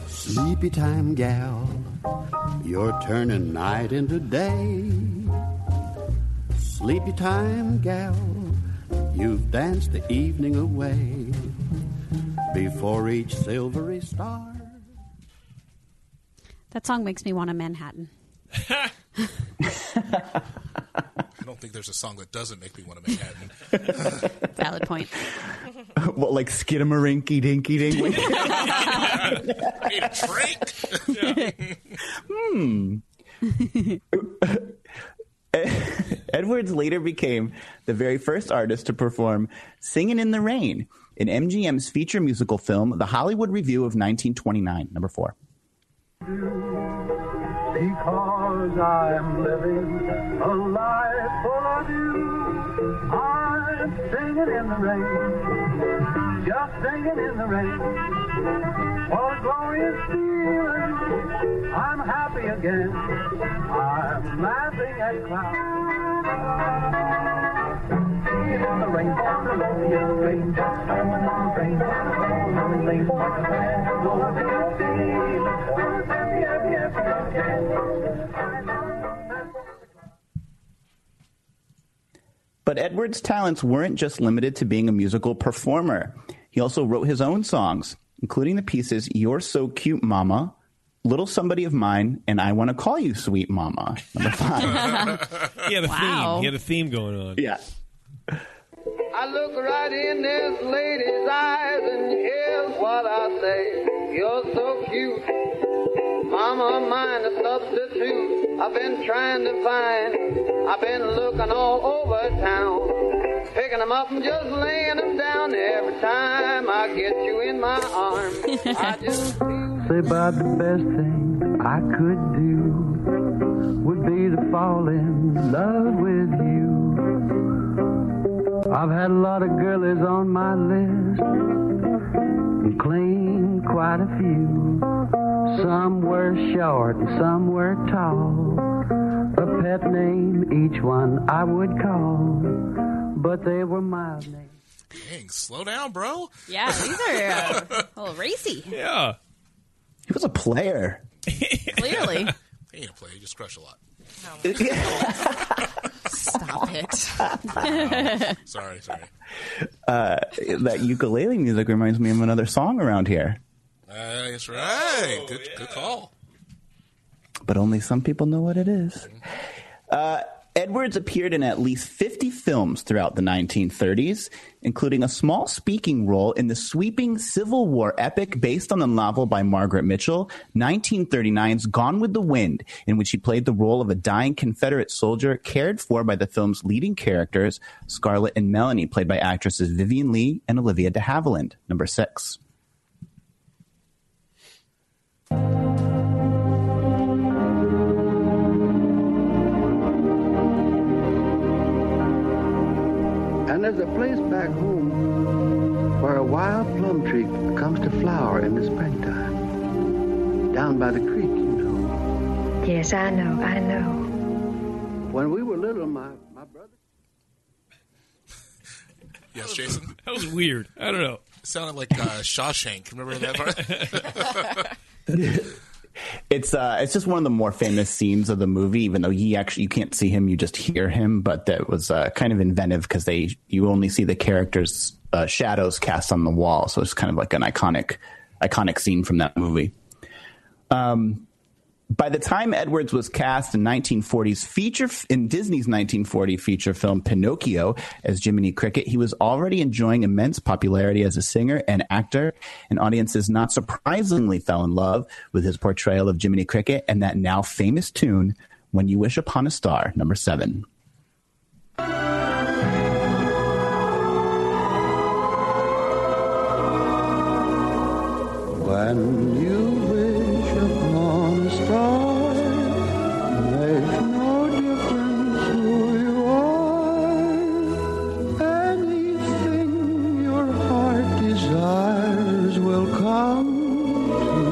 Sleepy time gal, you're turning night into day. Sleepy time, gal, you've danced the evening away before each silvery star.
That song makes me want a Manhattan.
I don't think there's a song that doesn't make me want to Manhattan.
Valid point.
what, like Skidamarinky Dinky Dinky?
I need a drink.
Edwards later became the very first artist to perform Singin' in the Rain in MGM's feature musical film, The Hollywood Review of 1929, number four.
Because I'm living a life full of you. I'm singing in the rain, just singing in the rain. What a glorious feeling! I'm happy again. I'm laughing at clouds. Singing in the rain, on the glorious rain, just singing in the rain, on the rain, on the rain. Glorious feeling. I'm happy, happy, happy again. I'm
But Edwards' talents weren't just limited to being a musical performer. He also wrote his own songs, including the pieces You're So Cute, Mama, Little Somebody of Mine, and I Want to Call You Sweet Mama. Number five.
He had a theme.
Wow.
He had a theme going on.
yeah.
I look right in this lady's eyes and here's what I say. You're so cute. Mama, mine a substitute. I've been trying to find. I've been looking all over town. Picking 'em up and just laying 'em down every time I get you in my arms. I just
Say about the best thing I could do would be to fall in love with you. I've had a lot of girlies on my list and claimed quite a few. Some were short and some were tall. A pet name each one I would call, but they were my names.
Dang, slow down, bro.
Yeah, these are uh, a little racy,
Yeah.
He was a player.
clearly.
He ain't a player. He just crush a lot.
Stop it.
Sorry, sorry.
that ukulele music reminds me of another song around here,
Uh, that's right. good, good call.
but only some people know what it is. Uh, Edwards appeared in at least 50 films throughout the 1930s, including a small speaking role in the sweeping Civil War epic based on the novel by Margaret Mitchell, 1939's Gone with the Wind, in which he played the role of a dying Confederate soldier cared for by the film's leading characters, Scarlett and Melanie, played by actresses Vivian Lee and Olivia de Havilland, number six.
And
there's a place back home where a wild plum tree comes to flower in the springtime. Down by the creek, you know.
Yes, I know, I know.
When we were little, my, my brother.
Yes, Jason.
That was weird. I don't know.
It sounded like uh, Shawshank. Remember that part?
It's uh, it's just one of the more famous scenes of the movie. Even though he actually you can't see him, you just hear him. But that was uh, kind of inventive because they you only see the characters' uh, shadows cast on the wall, so it's kind of like an iconic iconic scene from that movie. Um, by the time Edwards was cast in 1940s feature in Disney's 1940 feature film Pinocchio as Jiminy Cricket, he was already enjoying immense popularity as a singer and actor, and audiences not surprisingly fell in love with his portrayal of Jiminy Cricket and that now famous tune "When You Wish Upon a Star" number 7.
When you wish upon a star, makes no difference who you are. Anything your heart desires will come to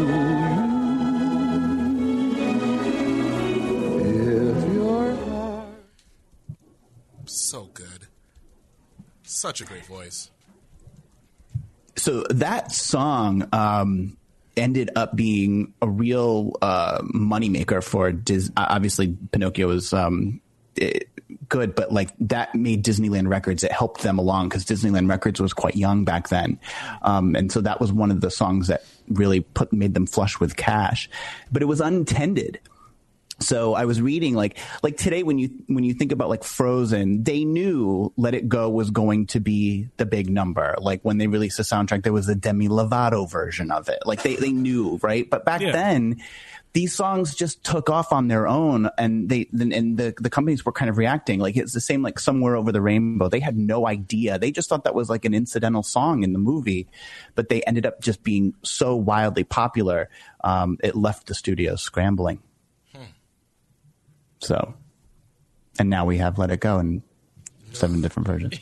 you. If your heart
so good. Such a great voice.
so that song um, ended up being a real uh, moneymaker for Dis- uh, obviously Pinocchio was um, it, good, but like that made Disneyland Records. It helped them along because Disneyland Records was quite young back then, um, and so that was one of the songs that really put made them flush with cash. But it was unintended so i was reading like like today when you when you think about like frozen they knew let it go was going to be the big number like when they released the soundtrack there was a demi lovato version of it like they, they knew right but back
Yeah.
then these songs just took off on their own and they then and the, the companies were kind of reacting like it's the same like somewhere over the rainbow they had no idea they just thought that was like an incidental song in the movie but they ended up just being so wildly popular um, it left the studio scrambling so, and now we have Let It Go in seven different versions.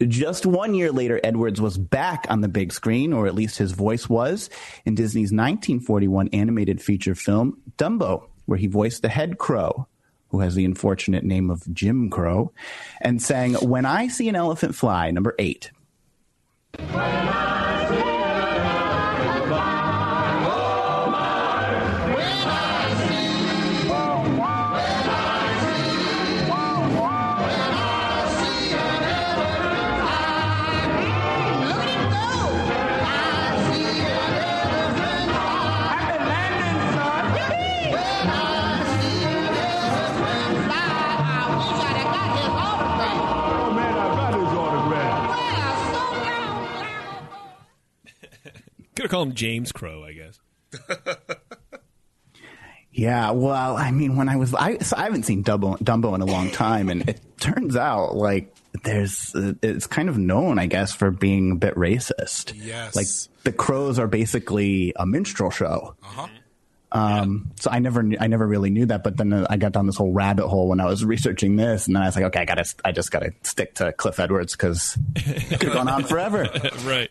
Just one year later, Edwards was back on the big screen, or at least his voice was, in Disney's 1941 animated feature film Dumbo, where he voiced the head crow, who has the unfortunate name of Jim Crow, and sang When I See an Elephant Fly, number eight.
Could have called him James Crow, I guess.
Yeah, well, I mean, when I was, I, so I haven't seen Dumbo, Dumbo in a long time, and it turns out like there's, uh, it's kind of known, I guess, for being a bit racist.
Yes.
like the crows are basically a minstrel show.
Uh-huh.
Um, so I never, knew, I never really knew that, but then uh, I got down this whole rabbit hole when I was researching this, and then I was like, okay, I gotta, I just gotta stick to Cliff Edwards because it could have gone on forever.
right.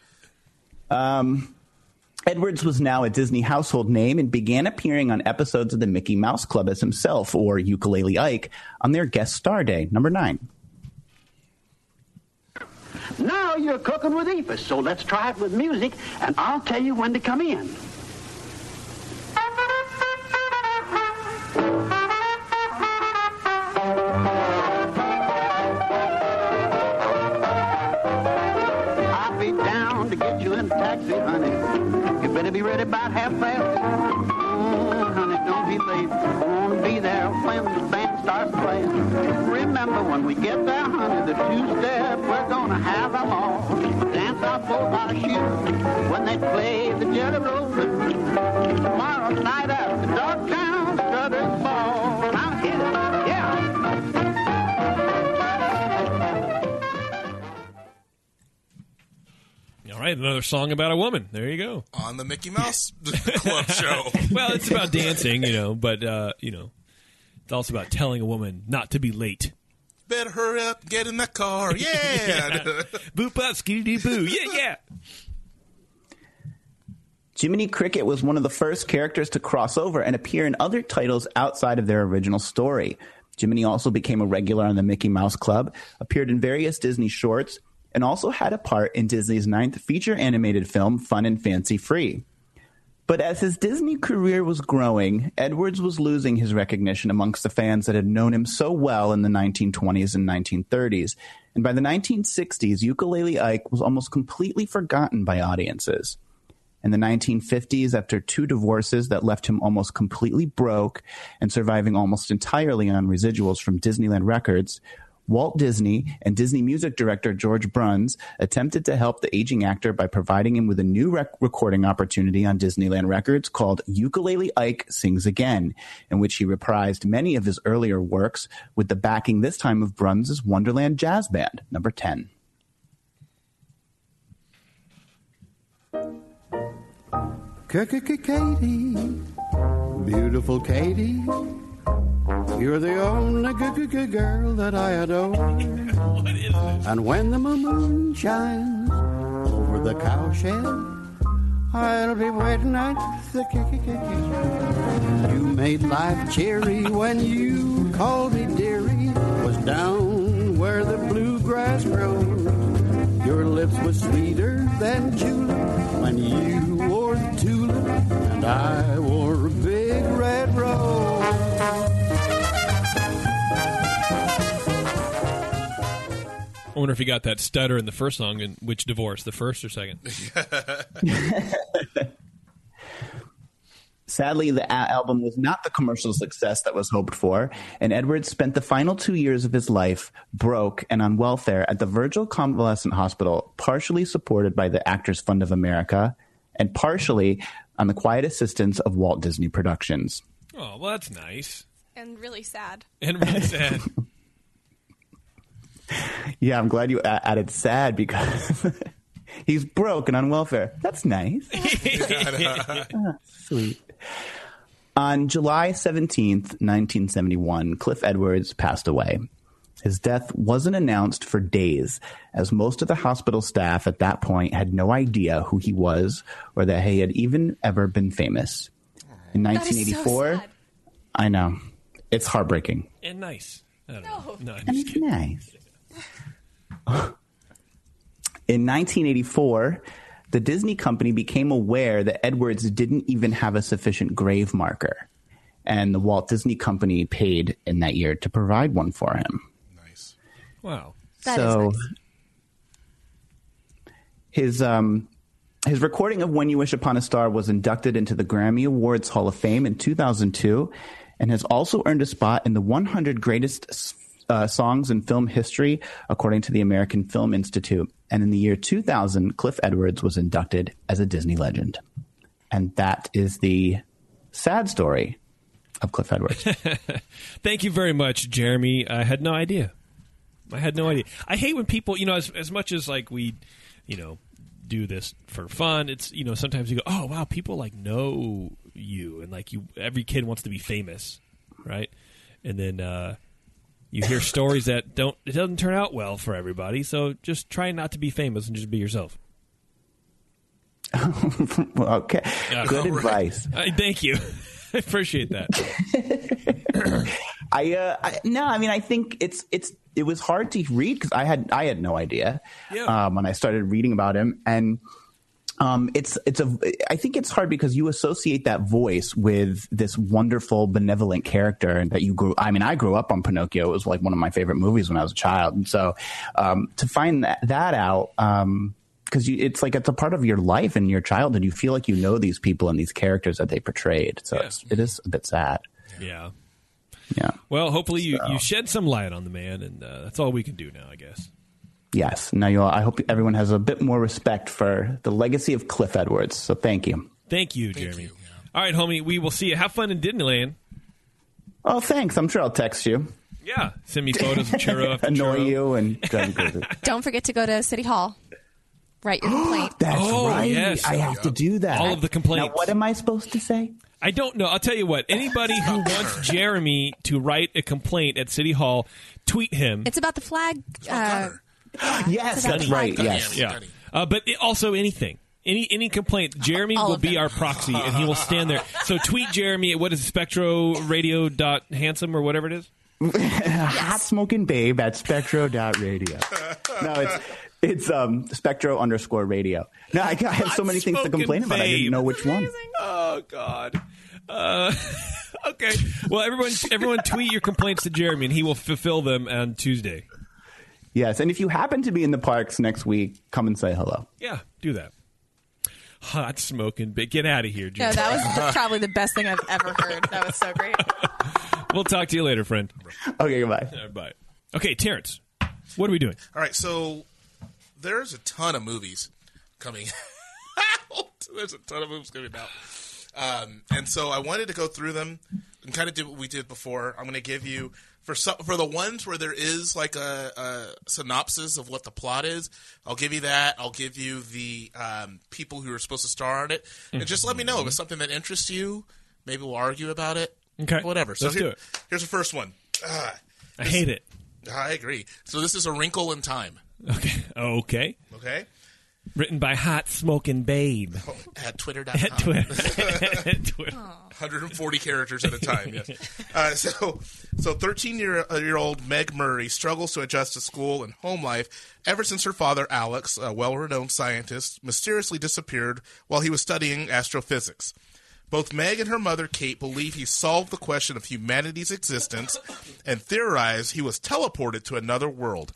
Edwards was now a Disney household name and began appearing on episodes of the Mickey Mouse Club as himself or Ukulele Ike on their guest star day, number nine.
Now you're cooking with Eva, so let's try it with music, and I'll tell you when to come in. I'll be down to get you in a taxi, honey. You better be ready about half past. Mm, honey, don't be late. Won't be there when the band starts playing. Remember, when we get there, honey, the two-step, we're gonna have them all. Dance on both our shoes when they play the jelly roll. Tomorrow night at the Dogtown Strutters Ball. I'm hitting, it, yeah.
All right, another song about a woman. There you go.
On the Mickey Mouse Club show.
Well, it's about dancing, you know, but uh, you know, it's also about telling a woman not to be late.
Better hurry up, get in the car. Yeah.
Boop up, skiddy boo. Yeah, yeah.
Jiminy Cricket was one of the first characters to cross over and appear in other titles outside of their original story. Jiminy also became a regular on the Mickey Mouse Club, appeared in various Disney shorts, and also had a part in Disney's ninth feature animated film, Fun and Fancy Free. But as his Disney career was growing, Edwards was losing his recognition amongst the fans that had known him so well in the 1920s and 1930s. And by the 1960s, Ukulele Ike was almost completely forgotten by audiences. In the 1950s, after two divorces that left him almost completely broke and surviving almost entirely on residuals from Disneyland Records, Walt Disney and Disney music director George Bruns attempted to help the aging actor by providing him with a new rec- recording opportunity on Disneyland Records called Ukulele Ike Sings Again, in which he reprised many of his earlier works with the backing this time of Bruns' Wonderland Jazz Band, number 10.
Katie, beautiful Katie, you're the only good girl that I adore. And when the moon shines over the cowshed, I'll be waiting at the kitty. You made life cheery when you called me dearie. Was down where the bluegrass grows. Your lips were sweeter than julep when you wore the tulip, and I wore a big red rose.
I wonder if he got that stutter in the first song, and which divorce, the first or second?
Sadly, the a- album was not the commercial success that was hoped for, and Edwards spent the final two years of his life broke and on welfare at the Virgil Convalescent Hospital, partially supported by the Actors Fund of America and partially on the quiet assistance of Walt Disney Productions.
Oh, well, that's nice.
And really sad.
And really sad.
Yeah, I'm glad you a- added sad because he's broke and on welfare. That's nice. Sweet. On July 17th, 1971, Cliff Edwards passed away. His death wasn't announced for days, as most of the hospital staff at that point had no idea who he was or that he had even ever been famous. In
That is so
1984,
sad.
I know. It's heartbreaking.
and nice. I don't know. No, I'm
And
just
it's
kidding.
nice. In 1984, the Disney company became aware that Edwards didn't even have a sufficient grave marker, and the Walt Disney Company paid in that year to provide one for him.
nice.
Wow.
That is
so
nice.
his um his recording of When You Wish Upon a Star was inducted into the Grammy Awards Hall of Fame in 2002 and has also earned a spot in the 100 greatest uh, songs in film history according to the American Film Institute. And in the year 2000, Cliff Edwards was inducted as a Disney legend. And that is the sad story of Cliff Edwards.
Thank you very much, Jeremy. I had no idea. I had no idea. I hate when people, you know, as as much as like we, you know, do this for fun. It's you know sometimes you go, oh wow, people like know you and like you. Every kid wants to be famous, right? And then uh, you hear stories that don't it doesn't turn out well for everybody. So just try not to be famous and just be yourself.
Well, okay.
Yeah.
Good
All right.
advice.
I thank you. I appreciate that.
I, uh, I no, I mean, I think it's it's it was hard to read because I had I had no idea
Yeah.
um, when I started reading about him, and um, it's it's a I think it's hard because you associate that voice with this wonderful benevolent character and that you grew. I mean, I grew up on Pinocchio; it was like one of my favorite movies when I was a child, and so um, to find that, that out. Um, because it's like it's a part of your life and your childhood. You feel like you know these people and these characters that they portrayed. So it's, it is a bit sad.
Yeah.
Yeah.
Well, hopefully you, you shed some light on the man, and uh, that's all we can do now, I guess.
Yes. Now, you all, I hope everyone has a bit more respect for the legacy of Cliff Edwards. So thank you.
Thank you, Jeremy. All right, homie. We will see you. Have fun in Disneyland.
Oh, thanks. I'm sure I'll text you,
Yeah. Send me photos of churro. after
annoy
churro.
you, and drive you crazy.
Don't forget to go to City Hall. Write your complaint.
That's
Oh,
right.
yes.
I have to do that.
All of the
Now,
complaints.
what am I supposed to say?
I don't know. I'll tell you what. Anybody who wants Jeremy to write a complaint at City Hall, tweet him.
It's about the flag.
Oh,
Uh,
Yes, that's right. Yes.
yeah. Uh, but it, also anything. Any any complaint, Jeremy
All
will
of
be
them.
our proxy, and he will stand there. So tweet Jeremy at what is it, spectroradio dot handsome or whatever it is.
Hot smoking babe at spectro.radio. no, it's it's um spectro underscore radio. No, I, I have so many things to
Hot-smoking
complain about. I
babe.
didn't know which one.
Oh God. Uh, okay. Well, everyone, everyone, tweet your complaints to Jeremy, and he will fulfill them on Tuesday.
Yes, and if you happen to be in the parks next week, come and say hello.
Yeah, do that. Hot smoking, but get out of here,
no,
Jeremy.
that was the, probably the best thing I've ever heard. That was so great.
we'll talk to you later, friend.
Okay, goodbye.
All right, bye. Okay, Terrence, what are we doing?
All right, so there's a ton of movies coming out. there's a ton of movies coming out. Um, and so I wanted to go through them and kind of do what we did before. I'm going to give you for some, for the ones where there is like a, a synopsis of what the plot is. I'll give you that. I'll give you the um, people who are supposed to star on it, and just let me know if it's something that interests you. Maybe we'll argue about it.
Okay.
whatever. So
Let's
here-
do it.
here's the first one. Ah,
I hate it.
I agree. So this is a wrinkle in time.
Okay. Okay.
Okay.
Written by Hot Smoking Babe
At
at
twitter.com.
Twitter. At Twitter.
140 characters at a time. Yes. Uh, so, so 13 year, year old Meg Murray struggles to adjust to school and home life ever since her father, Alex, a well renowned scientist, mysteriously disappeared while he was studying astrophysics. Both Meg and her mother, Kate, believe he solved the question of humanity's existence and theorize he was teleported to another world.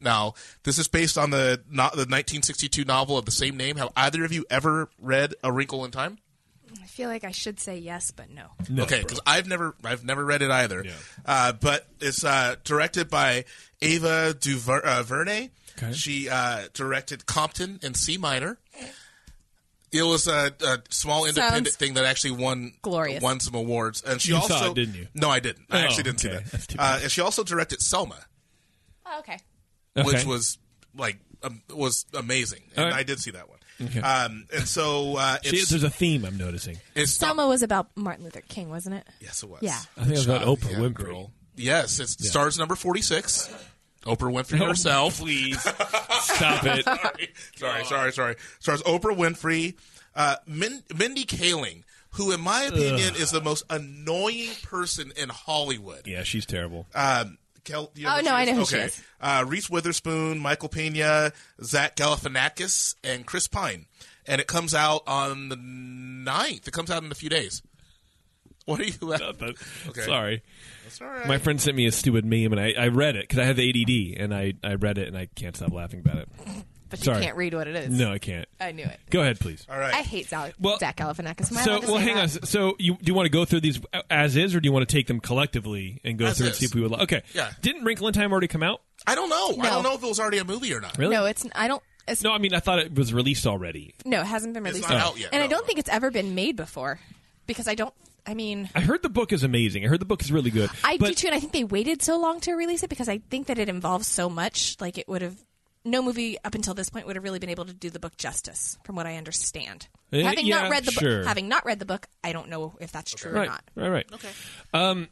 Now, this is based on the, no the 1962 novel of the same name. Have either of you ever read A Wrinkle in Time?
I feel like I should say yes, but no.
No,
okay,
bro.
because I've never I've never read it either.
Yeah.
Uh, but it's uh, directed by Ava DuVernay. Uh, Vernay. She uh, directed Compton in C minor. It was a, a small independent
Sounds
thing that actually won
glorious.
won some awards, and she
You
also
saw it, didn't you?
No, I didn't. I
Oh,
actually didn't
okay. That's
see
too
that. Uh, and she also directed Selma,
Oh, okay.
Okay.
which was like um, was amazing, and
All right.
I did see that one. Um, and so uh,
See,
it's,
there's a theme I'm noticing.
it's
Selma was about Martin Luther King, wasn't it?
Yes, it was.
Yeah.
I think it was about
Good
Oprah
job,
Winfrey.
Yes, it's stars number forty-six. Oprah Winfrey
Oh,
herself.
please stop it.
sorry, sorry, sorry. Stars Oprah Winfrey, uh, Min- Mindy Kaling, who, in my opinion, is the most annoying person in Hollywood.
Yeah, she's terrible.
Um, Kel- you
Oh,
who
no, I
she is?
know who she
okay.
is.
Uh, Reese Witherspoon, Michael Pena, Zach Galifianakis, and Chris Pine. And it comes out on the 9th. It comes out in a few days. What are you?
But-
okay.
Sorry,
That's all right.
my friend sent me a stupid meme, and I, I read it because I have ADD, and I, I read it, and I can't stop laughing about it.
But you
Sorry.
can't read what it is.
No, I can't.
I knew it.
Go ahead, please.
all right.
I hate Zal-
Well-
Zach Galifianakis. Am I
So,
allowed to
well,
say
hang
that?
on. So, you do you want to go through these as is, or do you want to take them collectively and go
As
through and
is.
see if we would? Li- okay.
Yeah.
Didn't Wrinkle in Time already come out?
I don't know. I
No.
don't know if it was already a movie or not.
Really?
No, it's. I don't. It's,
No, I mean I thought it was released already.
No, it hasn't been
It's
released.
not
yet.
out yet,
And I
no,
don't
no.
think it's ever been made before because I don't. I mean,
I heard the book is amazing. I heard the book is really good.
I
but
do too, and I think they waited so long to release it because I think that it involves so much. Like it would have. No movie up until this point would have really been able to do the book justice, from what I understand.
Eh,
having
yeah,
not read the
sure.
book, having not read the book, I don't know if that's true or
right,
not.
right, right. Okay. Um,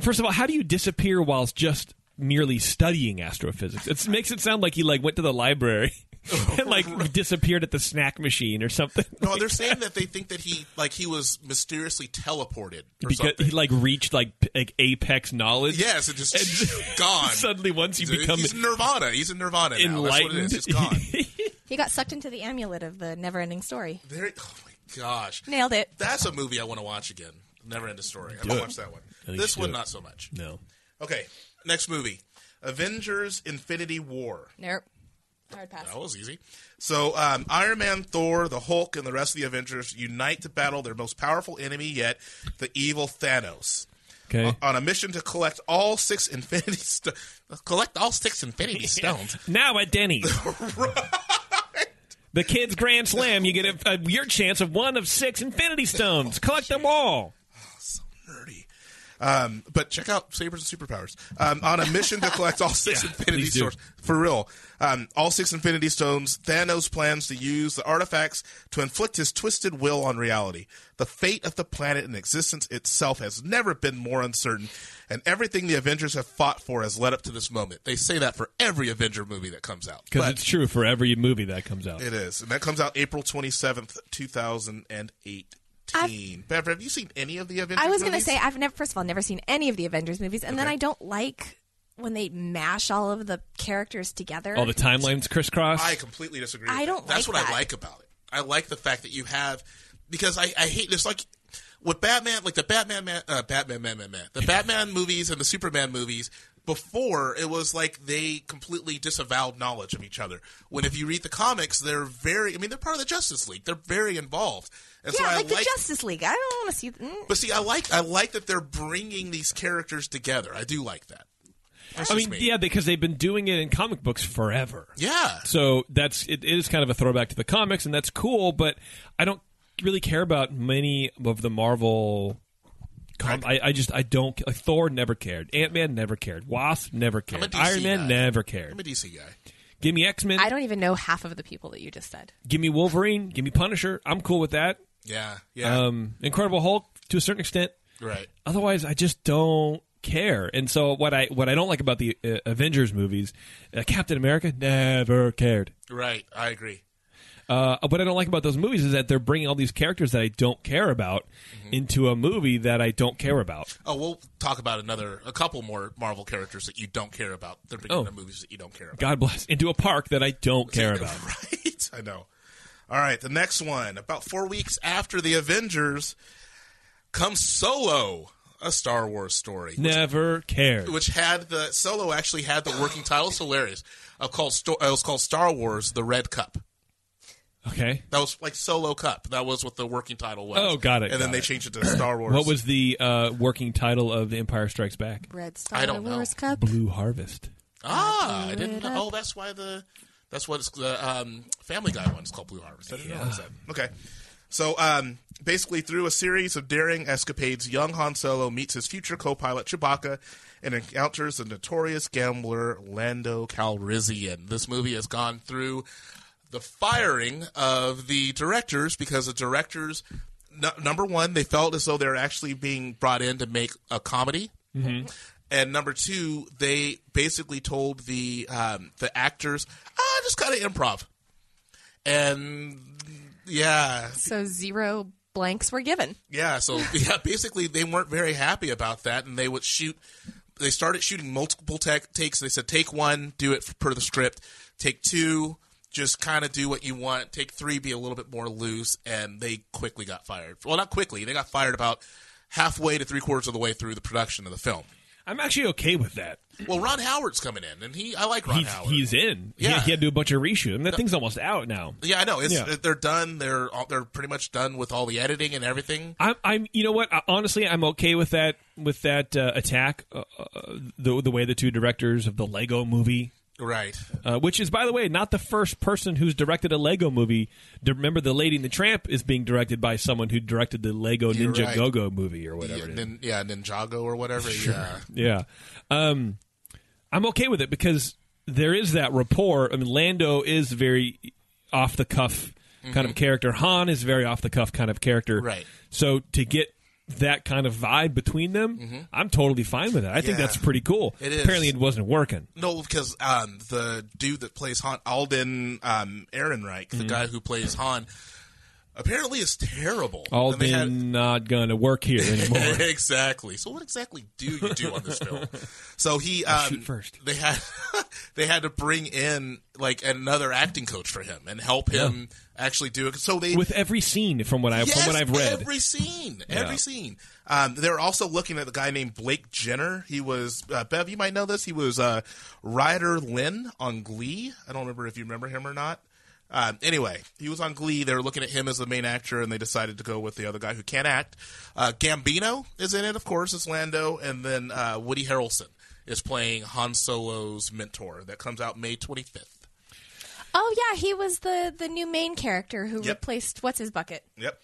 first of all, how do you disappear whilst just merely studying astrophysics? It makes it sound like he like went to the library and like disappeared at the snack machine or something.
No, they're saying that they think that he like he was mysteriously teleported or
because
something.
he like reached like, p- like apex knowledge.
yes, it just gone.
Suddenly, once you
He's-
become
he's Nirvana. He's in Nirvana now. That's what it
enlightened,
is. It's gone.
He got sucked into the amulet of the never-ending story.
There, oh my gosh,
Nailed it.
that's a movie I want to watch again. Never end a story. I want to watch that one.
you
This
should
one
do it.
not so much.
no.
Okay, next movie, Avengers: Infinity War.
Nope. Hard pass.
That was easy. So, um, Iron Man, Thor, the Hulk, and the rest of the Avengers unite to battle their most powerful enemy yet, the evil Thanos.
Okay.
on a mission to collect all six Infinity sto- collect all six Infinity Stones.
now at Denny's. The kids' grand slam. You get a, a, your chance of one of six Infinity Stones. Collect them all.
Nerdy. Um, but check out Sabers and Superpowers um, on a mission to collect all six Infinity
please do.
Stones for real. Um, all six Infinity Stones. Thanos plans to use the artifacts to inflict his twisted will on reality. The fate of the planet and existence itself has never been more uncertain, and everything the Avengers have fought for has led up to this moment. They say that for every Avenger movie that comes out.
Because it's true for every movie that comes out.
It is, and that comes out April twenty seventh, two thousand and eighteen. Bev, have you seen any of the Avengers?
I was going to
movies?
say I've never. First of all, never seen any of the Avengers movies, and then I don't like when they mash all of the characters together.
All the timelines crisscross.
I completely disagree. with
I
that.
don't
That's
like
what
that.
I like about it. I like the fact that you have because I, I hate this like with Batman, like the Batman man, uh, Batman man, man, man, the Batman movies and the Superman movies. Before it was like they completely disavowed knowledge of each other. When if you read the comics, they're very. I mean, they're part of the Justice League. They're very involved. And so
yeah,
I
like,
like,
the Justice League. I don't want to see. Mm.
But see, I like I like that they're bringing these characters together. I do like that. That's
I
just
mean,
me.
yeah, because they've been doing it in comic books forever.
Yeah.
So that's it is kind of a throwback to the comics, and that's cool. But I don't really care about many of the Marvel. Com- I, I just I don't. Like, Thor never cared. Ant Man never cared. Wasp never
I'm a
cared.
DC
Iron Man
guy.
never cared.
I'm a DC guy.
Give me X Men.
I don't even know half of the people that you just said.
Give me Wolverine. Give me Punisher. I'm cool with that.
Yeah, yeah.
Um, Incredible Hulk to a certain extent.
Right.
Otherwise, I just don't care. And so what I what I don't like about the uh, Avengers movies, uh, Captain America never cared.
Right. I agree.
Uh, what I don't like about those movies is that they're bringing all these characters that I don't care about into a movie that I don't care about.
Oh, we'll talk about another, a couple more Marvel characters that you don't care about. They're beginning
Oh.
of movies that you don't care about.
God bless into a park that I don't care about.
Right. I know. All right, the next one. About four weeks after the Avengers, comes Solo, a Star Wars story.
Never cared.
which had the solo actually had the working title. It's hilarious. Uh, called Sto- uh, it was called Star Wars: The Red Cup.
Okay.
That was like Solo Cup. That was what the working title was.
Oh, got it,
And then
got
they
it.
changed it to Star Wars.
What was the uh, working title of The Empire Strikes Back?
Red Star
I don't know.
Wars Cup.
Blue Harvest.
Ah, I didn't.
Red
know. Oh, that's why the that's what it's the um, Family Guy one is called Blue Harvest. I didn't realize that. Okay. So um, basically, through a series of daring escapades, young Han Solo meets his future co-pilot Chewbacca and encounters the notorious gambler Lando Calrissian. This movie has gone through the firing of the directors because the directors, nu- number one, they felt as though they're actually being brought in to make a comedy. And number two, they basically told the um, the actors, ah, just kind of improv. And yeah,
So zero blanks were given.
yeah. So yeah, basically they weren't very happy about that, and they would shoot. They started shooting multiple tech takes. They said, take one, do it per the script. Take two, just kind of do what you want. Take three, be a little bit more loose. And they quickly got fired. Well, not quickly. They got fired about halfway to three quarters of the way through the production of the film.
I'm actually okay with that.
Well, Ron Howard's coming in, and he I like Ron
he's,
Howard.
he's in. He-
Yeah.
He, had to do a bunch of reshoot. And that thing's almost out now.
yeah, I know. It's,
Yeah.
They're done. They're all- they're pretty much done with all the editing and everything.
I'm, I'm, you know what? I, honestly, I'm okay with that. With that uh, attack, uh, uh, the the way the two directors of the Lego Movie,
Right.
uh, which is by the way not the first person who's directed a Lego movie. Do- Remember, The Lady and the Tramp is being directed by someone who directed the Lego
You're
Ninja
right.
Go Go movie or whatever.
Yeah,
it is.
nin, yeah, Ninjago or whatever. Yeah.
Yeah. Um, I'm okay with it because there is that rapport. I mean, Lando is very off the cuff kind of character. Han is very off the cuff kind of character.
Mm-hmm. Right.
So to get that kind of vibe between them, I'm totally fine with it. I think
Mm-hmm. Yeah.
that's pretty cool.
It is.
Apparently, it wasn't working.
No, because um, the dude that plays Han, Alden um, Ehrenreich,
Mm-hmm.
the guy who plays Han, apparently is terrible.
All
And they had-
not going to work here anymore.
exactly. So what exactly do you do on this film? So he um,
shoot first.
They had they had to bring in like another acting coach for him and help him actually do it. So they
with every scene, from what I
yes,
from what I've read,
every scene,
Yeah.
every scene. Um, they're also looking at the guy named Blake Jenner. He was uh, Bev. You might know this. He was uh, Ryder Lynn on Glee. I don't remember if you remember him or not. Um, anyway, he was on Glee. They were looking at him as the main actor, and they decided to go with the other guy who can't act. Uh, Gambino is in it, of course, as Lando, and then uh, Woody Harrelson is playing Han Solo's mentor. That comes out May twenty fifth.
Oh yeah, he was the the new main character who
Yep.
replaced what's his bucket.
Yep.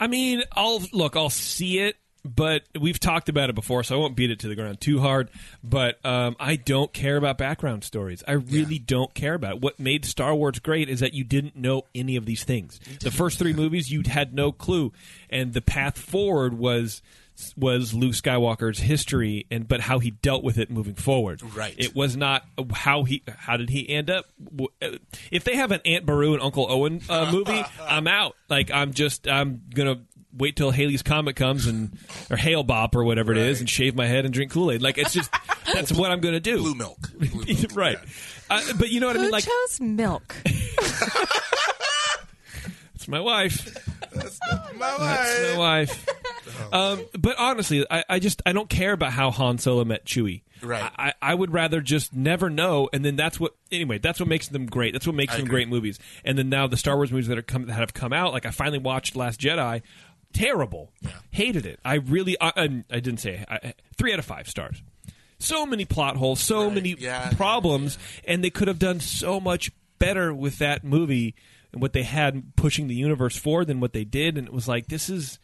I mean, I'll look. I'll see it. but we've talked about it before, so I won't beat it to the ground too hard. But um, I don't care about background stories. I really don't care about it. What made Star Wars great is that you didn't know any of these things. The first three movies, you had no clue, and the path forward was was Luke Skywalker's history and but how he dealt with it moving forward.
Right.
It was not how he how did he end up. w- uh, If they have an Aunt Beru and Uncle Owen uh, movie, I'm out. Like I'm just I'm gonna wait till Haley's Comet comes and or Hale Bop or whatever it is and shave my head and drink Kool Aid. Like it's just that's what I'm gonna do. Blue
milk,
right? Uh, but you know what I
Who
mean. Like
chose milk?
it's my wife.
My
That's my wife. Um, but honestly, I, I just I don't care about how Han Solo met Chewie.
Right.
I, I I would rather just never know, and then that's what anyway. That's what makes them great. That's what makes
I
them
agree.
great movies. And then now the Star Wars movies that are come that have come out, like I finally watched Last Jedi. Terrible. Hated it. I really. I, I, I didn't say I, three out of five stars. So many plot holes. So many problems, and they could have done so much better with that movie and what they had pushing the universe forward than what they did and it was like this is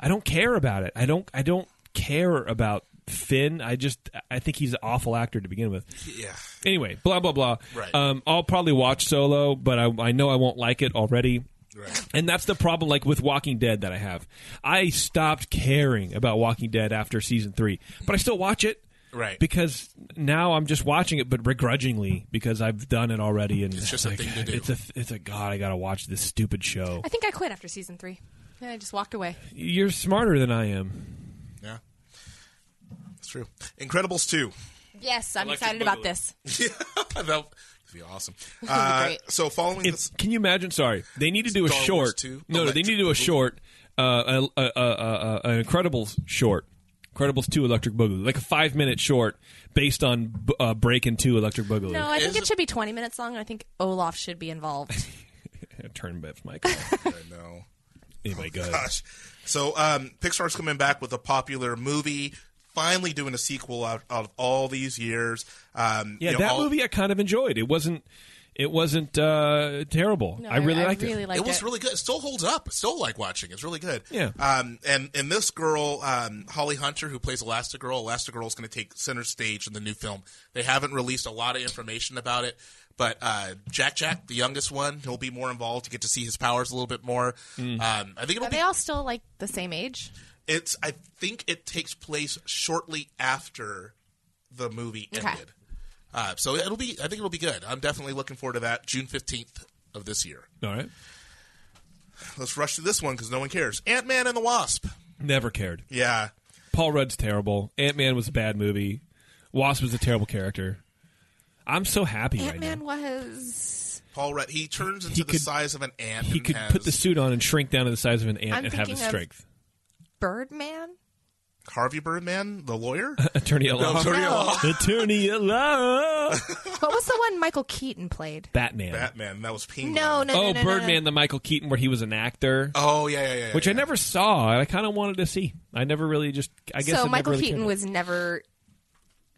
I don't care about it. I don't I don't care about Finn. I just I think he's an awful actor to begin with.
Yeah.
Anyway, blah blah blah.
Right.
Um, I'll probably watch Solo, but I, I know I won't like it already.
Right.
And that's the problem, like with Walking Dead, that I have. I stopped caring about Walking Dead after season three, but I still watch it.
Right.
Because now I'm just watching it, but begrudgingly because I've done it already, and it's
just a
like,
thing to do.
It's a, it's a God, I gotta watch this stupid show.
I think I quit after season three. Yeah, I just walked away.
You're smarter than I am.
Yeah. That's true. Incredibles 2.
Yes, I'm
Electric
excited about
Boogaloo.
this.
that would be awesome.
That'd be
Uh,
great.
So following
If-
this,
can you imagine? Sorry, they need to do a
Star Wars
short.
two,
No, no, they need to do a
Electric
short, uh, a, a, a, a, a- an Incredibles short, Incredibles two Electric Boogaloo, like a five minute short based on b- uh, Breaking two Electric Boogaloo.
No, I think it should be 20 minutes long, and I think Olaf should be involved.
turn back, Michael.
I know.
Anyway, go ahead.
Gosh. So um, Pixar's coming back with a popular movie, finally doing a sequel out, out of all these years. Um,
Yeah,
you know,
that
all-
movie I kind of enjoyed. It wasn't. It wasn't uh, terrible. I really liked it.
it was really good. It still holds up. I still like watching. It's really good.
Yeah.
Um, and and this girl, um, Holly Hunter, who plays Elastigirl, Elastigirl's going to take center stage in the new film. They haven't released a lot of information about it, but uh, Jack Jack, the youngest one, he'll be more involved. You get to see his powers a little bit more. Um, I think it'll
Are
be
they all still like the same age?
It's. I think it takes place shortly after the movie
Okay.
ended. Uh, so it'll be. I think it'll be good. I'm definitely looking forward to that. June fifteenth of this year.
All right.
Let's rush to this one because no one cares. Ant Man and the Wasp.
Never cared.
Yeah.
Paul Rudd's terrible. Ant Man was a bad movie. Wasp was a terrible character. I'm so happy right
Ant
now.
Man was.
Paul Rudd. He turns into
He
the
could-
size of an ant.
He
and
could
has,
put the suit on and shrink down to the size of an ant
I'm
and have his
thinking of-
strength.
Birdman?
Harvey Birdman, the lawyer.
Attorney at
No,
law.
attorney at law.
Attorney at law.
What was the one Michael Keaton played?
Batman.
Batman. That was Penguin.
No, no, no.
oh,
no, no, no.
Birdman, the Michael Keaton, where he was an actor,
Oh yeah, yeah, yeah.
which I never saw. and I kind of wanted to see. I never really just. I guess I
so
never
Michael
really cared
Keaton
about it.
was never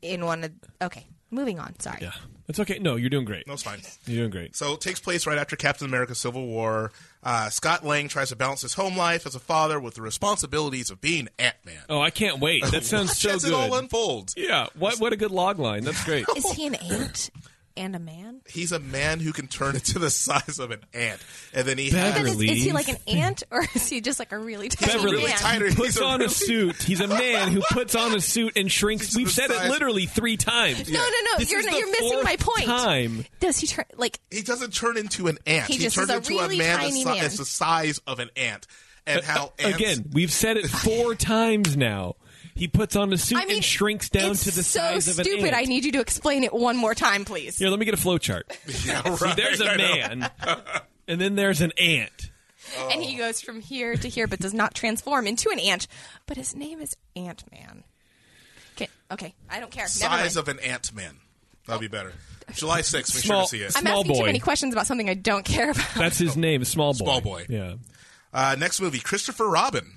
in one of. Okay, moving on. Sorry.
Yeah, that's okay. No, you're doing great.
No, it's fine.
You're doing great.
So it takes place right after Captain America: Civil War. Uh, Scott Lang tries to balance his home life as a father with the responsibilities of being Ant Man.
Oh, I can't wait. That sounds so
as it all
good.
unfolds.
Yeah, what what a good log line. That's great.
Is he an ant and a man?
He's a man who can turn into the size of an ant, and then he
Beverly.
Is,
has
is he
Relief.
like an ant or is he just like a really tiny
Beverly
really
man?
tiny-
he
He's
puts
a
on a
really-
suit. He's a man who puts on a suit and shrinks.
He's
We've
the
said
size-
it literally three times.
No, no, no.
This
you're
is
not-
the
you're missing
fourth
my point.
Time.
Does he turn like?
he doesn't turn into an ant.
He
He,
just
turns
is a
into
really
a man,
tiny
the si-
man.
As the size of an ant, and how ants,
Again, we've said it four times now. He puts on a suit
I mean,
and shrinks down
it's
to the
so
size of an
stupid.
ant.
I need you to explain it one more time, please.
Here, let me get a flow chart.
Yeah,
See,
right,
there's a
I know.
man, and then there's an ant.
And he goes from here to here, but does not transform into an ant. But his name is Ant Man. Okay, okay. I don't care. Never
size
mind.
of an ant man. That'd be better. July 6th, make
Small-
sure to see
I'm
it.
Small
asking too
boy.
many questions about something I don't care about.
That's his name, Small Boy.
Small Boy.
Yeah.
Uh, next movie, Christopher Robin.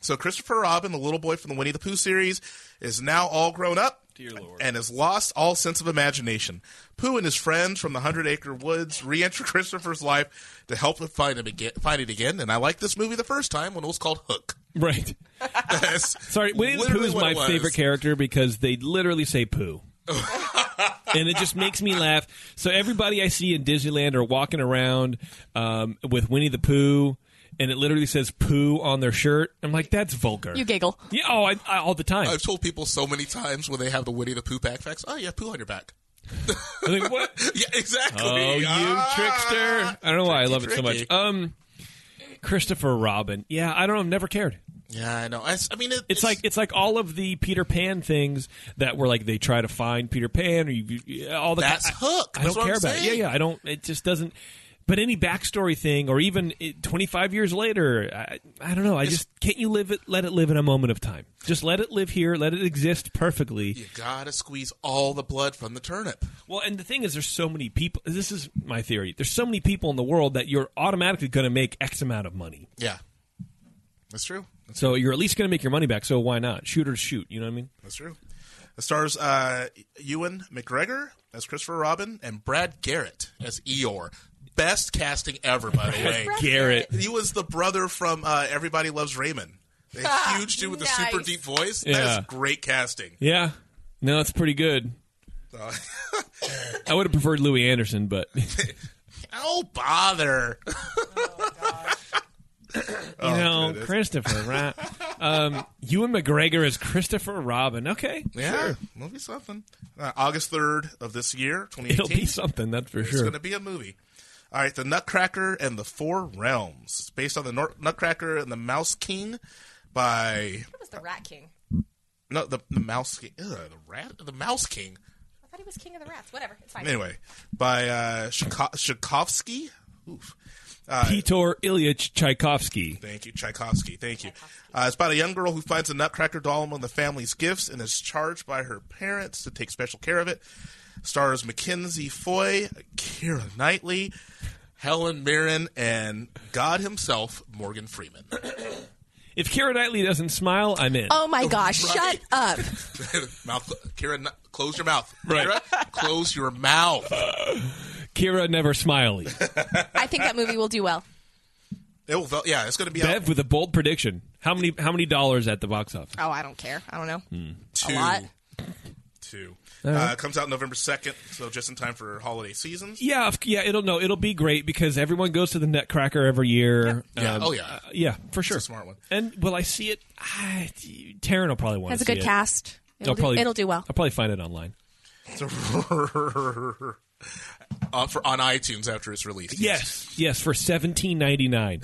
So Christopher Robin, the little boy from the Winnie the Pooh series, is now all grown up.
Dear Lord.
and has lost all sense of imagination. Pooh and his friends from the Hundred Acre Woods re-enter Christopher's life to help him find him again, find it again. And I liked this movie the first time when it was called Hook.
Right.
Sorry,
Sorry, Winnie the Pooh is my favorite character because they literally say poo. and it just makes me laugh. So everybody I see in Disneyland are walking around um, with Winnie the Pooh, and it literally says "poo" on their shirt. I'm like, that's vulgar.
You giggle.
yeah, oh, I, I, all the time.
I've told people so many times when they have the Winnie the Pooh back facts. Oh yeah, poo on your back.
I'm like, what?
Yeah, exactly.
Oh, you
Ah!
trickster! I don't know why I love it so
tricky.
much. Um, Christopher Robin. Yeah, I don't know. I've never cared.
Yeah, I know. I, s- I mean, it,
It's like it's like all of the Peter Pan things that were like they try to find Peter Pan or you, you- all the
That's
I-
Hook.
I,
That's
don't
what
care
I'm
about it. Yeah,
saying.
yeah. I don't. It just doesn't. But any backstory thing or even it, 25 years later, I, I don't know. I just can't you live it? Let it live in a moment of time. Just let it live here. Let it exist perfectly.
you gotta squeeze all the blood from the turnip.
Well, and the thing is, there's so many people. This is my theory. There's so many people in the world that you're automatically going to make X amount of money.
Yeah, that's true.
So you're at least going to make your money back. So why not? Shooters shoot. You know what I mean?
That's true. It stars uh, Ewan McGregor as Christopher Robin and Brad Garrett as Eeyore. Best casting ever, by the way.
Garrett.
He was the brother from uh, Everybody Loves Raymond. The huge dude with the super
Nice.
deep voice.
Yeah.
That is great casting.
Yeah. No, it's pretty good.
Uh.
I would have preferred Louis Anderson, but
Oh, bother. Oh,
you know, Christopher, right? Um, Ewan McGregor is Christopher Robin. Okay,
Yeah, movie something. Uh, August 3rd of this year, 2018.
it'll be something that's for
It's
sure.
going to be a movie. All right, The Nutcracker and the Four Realms. It's based on The Nor- Nutcracker and the Mouse King by
That was the Rat King.
No, the, the Mouse King. Ugh, the Rat, the Mouse King.
I thought he was King of the Rats. Whatever. It's fine.
Anyway, by uh, Shiko- Shikovsky. Oof. Uh,
Peter Ilyich Tchaikovsky.
Thank you, Tchaikovsky. Thank you. Uh, it's about a young girl who finds a Nutcracker doll among the family's gifts and is charged by her parents to take special care of it. Stars Mackenzie Foy, Kira Knightley, Helen Mirren, and God himself, Morgan Freeman.
If Kira Knightley doesn't smile, I'm in.
Oh my gosh! Shut
Right.
up.
mouth, Kira, Kn- close your mouth. Kira, close your mouth.
Kira never smiley.
I think that movie will do well.
It will, vel- yeah, it's going to be out
Bev with a bold prediction. How many how many dollars at the box office?
Oh, I don't care. I don't know.
Mm.
two.
lot.
Two.
right.
Uh, comes out November second, so just in time for holiday season.
Yeah, of- yeah, it'll no, it'll be great because everyone goes to the Nutcracker every year.
Yeah.
Um,
Oh, yeah.
uh, yeah, for sure.
a smart one.
And will I see it? Ah, Taryn will probably want
Has
to
a
see
good
it.
cast. It'll,
I'll
do,
probably
it'll do well.
I'll probably find it online.
Uh, for on iTunes after it's released. Oh,
Yes, yes, for seventeen ninety nine.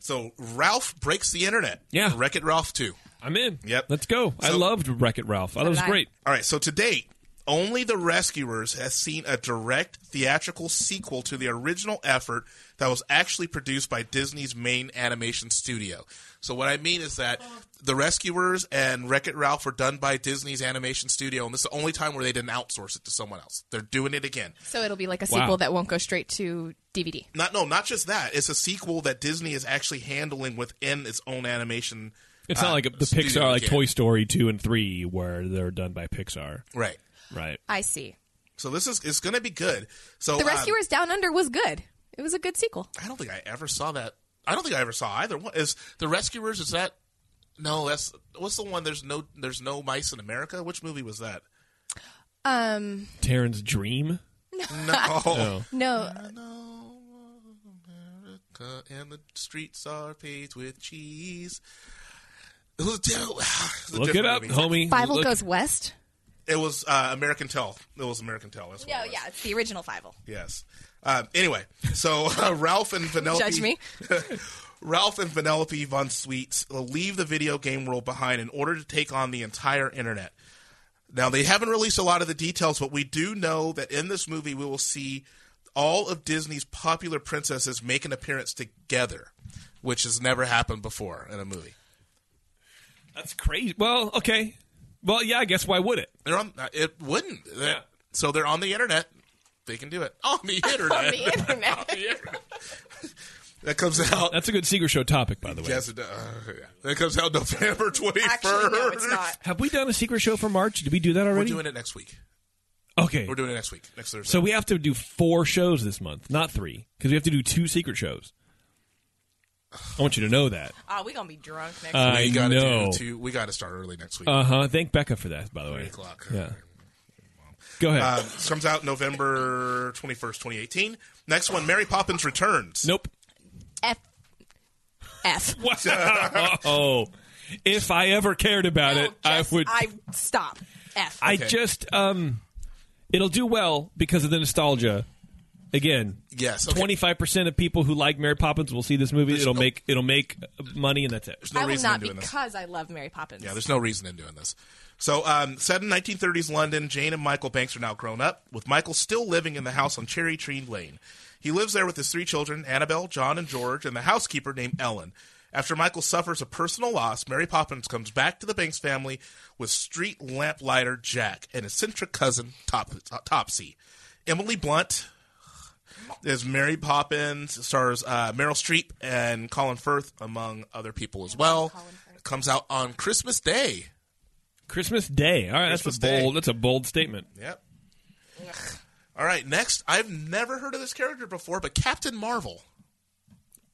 So Ralph breaks the internet.
Yeah.
Wreck It Ralph two.
I'm in.
Yep.
let's go. I
So-
loved Wreck It Ralph. I thought it was
Right.
great.
All right. So to date, only The Rescuers has seen a direct theatrical sequel to the original effort that was actually produced by Disney's main animation studio. So what I mean is that The Rescuers and Wreck It Ralph were done by Disney's animation studio, and this is the only time where they didn't outsource it to someone else. They're doing it again.
So it'll be like a
Wow.
sequel that won't go straight to DVD.
Not no, not just that. It's a sequel that Disney is actually handling within its own animation.
It's
uh,
not like the
studio
Pixar, like
again.
Toy Story two and three, where they're done by Pixar.
Right.
Right.
I see.
So this is it's going to be good. So
Oh,
The
um,
Rescuers Down Under was good. It was a good sequel.
I don't think I ever saw that. I don't think I ever saw either one. Is the Rescuers? Is that no? That's what's the one? There's no there's no mice in America. Which movie was that?
Um,
Taryn's dream.
No.
Oh.
no.
no,
America and the streets are paved with cheese. It was a different- it's a
Look it
different
up, homie.
movie.
Fivel
Look-
Goes West.
It was uh, American Tell. It was American Tell. That's what it was.
oh, it's the original Fivel.
Yes. Um, anyway, so uh, Ralph and Penelope.
Judge me.
Ralph and Penelope von Sweets leave the video game world behind in order to take on the entire internet. Now, they haven't released a lot of the details, but we do know that in this movie we will see all of Disney's popular princesses make an appearance together, which has never happened before in a movie.
That's crazy. Well, okay. Well, yeah, I guess why would it?
They're on. uh, It wouldn't.
Yeah.
So they're on the internet. They can do it on the internet.
internet.
Yeah. That comes out.
That's a good Secret Show topic, by the way.
Yes, it does. Uh, yeah. That comes out November 21st.
Have we done a Secret Show for March? Did we do that
We're
already?
doing it next week.
Okay.
We're doing it next week, next Thursday.
So we have to do four shows this month, not three, because we have to do two secret shows. I want you to know that.
Oh, we gonna be drunk next
I
we
week.
gotta
know.
Do two, we got to start early next week.
Uh huh. Thank Becca for that, by the way.
Three o'clock.
Yeah. Go ahead.
Um, comes out November 21st, 2018. Next one, Mary Poppins Returns.
Nope.
F. F.
oh, if I ever cared about it, I would.
I stop. F.
I just um, it'll do well because of the nostalgia. Again,
yes,
twenty five percent of people who like Mary Poppins will see this movie. it'll make it'll make money, and that's it.
There's no
I will
reason
not
in doing this.
because I love Mary Poppins.
Yeah, there's no reason in doing this. So, um, set in 1930s London, Jane and Michael Banks are now grown up, with Michael still living in the house on Cherry Tree Lane. He lives there with his three children, Annabelle, John, and George, and the housekeeper named Ellen. After Michael suffers a personal loss, Mary Poppins comes back to the Banks family with street lamplighter Jack and eccentric cousin Top- uh, Topsy. Emily Blunt, is Mary Poppins. It stars uh, Meryl Streep and Colin Firth, among other people as well. Comes out on Christmas Day.
Christmas Day. All right,
Christmas
that's a
Day.
bold. That's a bold statement.
Yep. All right, next. I've never heard of this character before, but Captain Marvel.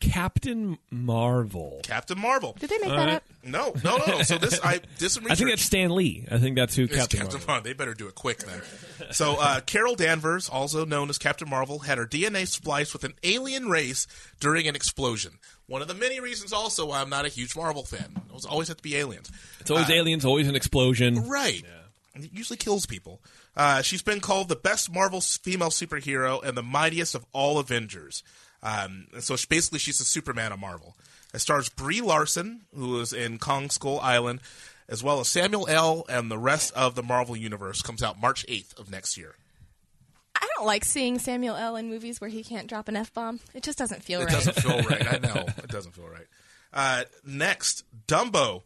Captain Marvel.
Captain Marvel.
Did they make All that right. up?
No, no, no. no. So this, I did some research.
I think that's Stan Lee. I think that's who
It's
Captain, Marvel.
They better do it quick then. So uh, Carol Danvers, also known as Captain Marvel, had her DNA spliced with an alien race during an explosion. One of the many reasons, also, why I'm not a huge Marvel fan. It was always have to be aliens.
It's always
Uh,
aliens. Always an explosion.
Right. And It usually kills people. Uh, she's been called the best Marvel s- female superhero and the mightiest of all Avengers. Um, and so she, basically, she's the Superman of Marvel. It stars Brie Larson, who is in Kong Skull Island, as well as Samuel L. and the rest of the Marvel universe. Comes out March eighth of next year.
I don't like seeing Samuel L. in movies where he can't drop an F bomb. It just doesn't feel
It
right.
doesn't feel right. I know it doesn't feel right. Uh, next, Dumbo,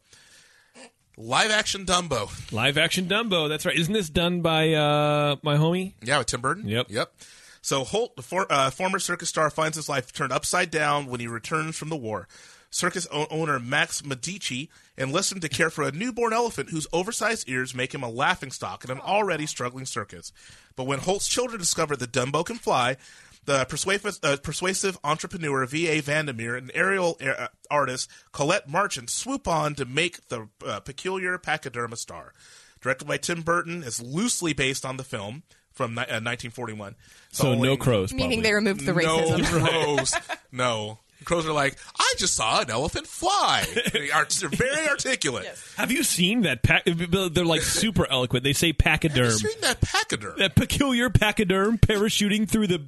live action Dumbo.
Live action Dumbo. That's right. Isn't this done by uh, my homie?
Yeah, with Tim Burton.
Yep.
Yep. So Holt, the for, uh, former circus star, finds his life turned upside down when he returns from the war. Circus o- owner Max Medici enlists him to care for a newborn elephant whose oversized ears make him a laughingstock in an already struggling circus. But when Holt's children discover that Dumbo can fly, the persuasive, uh, persuasive entrepreneur V.A. Vandermeer and aerial air, uh, artist Colette Marchand swoop on to make the uh, peculiar pachyderma star. Directed by Tim Burton, is loosely based on the film from ni- uh, 1941. It's
So
only-
no crows.
Meaning
probably.
they removed the
no
racism.
crows. no. Crows are like, I just saw an elephant fly. They are, they're very articulate.
Have you seen that? Pac- they're like super eloquent. They say pachyderm.
Seen that pachyderm
That peculiar pachyderm parachuting through the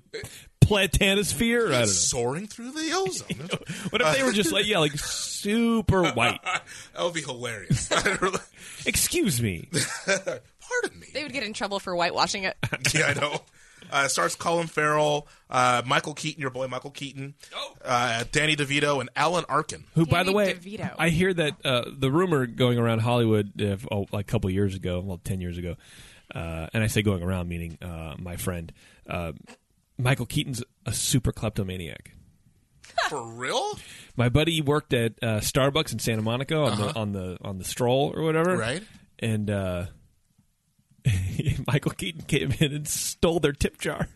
platanosphere. I don't know.
soaring through the ozone.
What if they were just like yeah, like super white?
that would be hilarious. Pardon
Excuse me.
me.
They would get in trouble for whitewashing it.
yeah, I know. Uh, it stars Colin Farrell, uh, Michael Keaton, your boy Michael Keaton, uh, Danny DeVito, and Alan Arkin.
Oh. Who, by the way,
Danny DeVito.
I hear that uh, the rumor going around Hollywood uh, oh, like a couple years ago, well, ten years ago, uh, and I say going around meaning uh, my friend uh, Michael Keaton's a super kleptomaniac.
For real?
My buddy worked at uh, Starbucks in Santa Monica on the on the on the stroll or whatever,
Right.
And uh, Michael Keaton came in and stole their tip jar.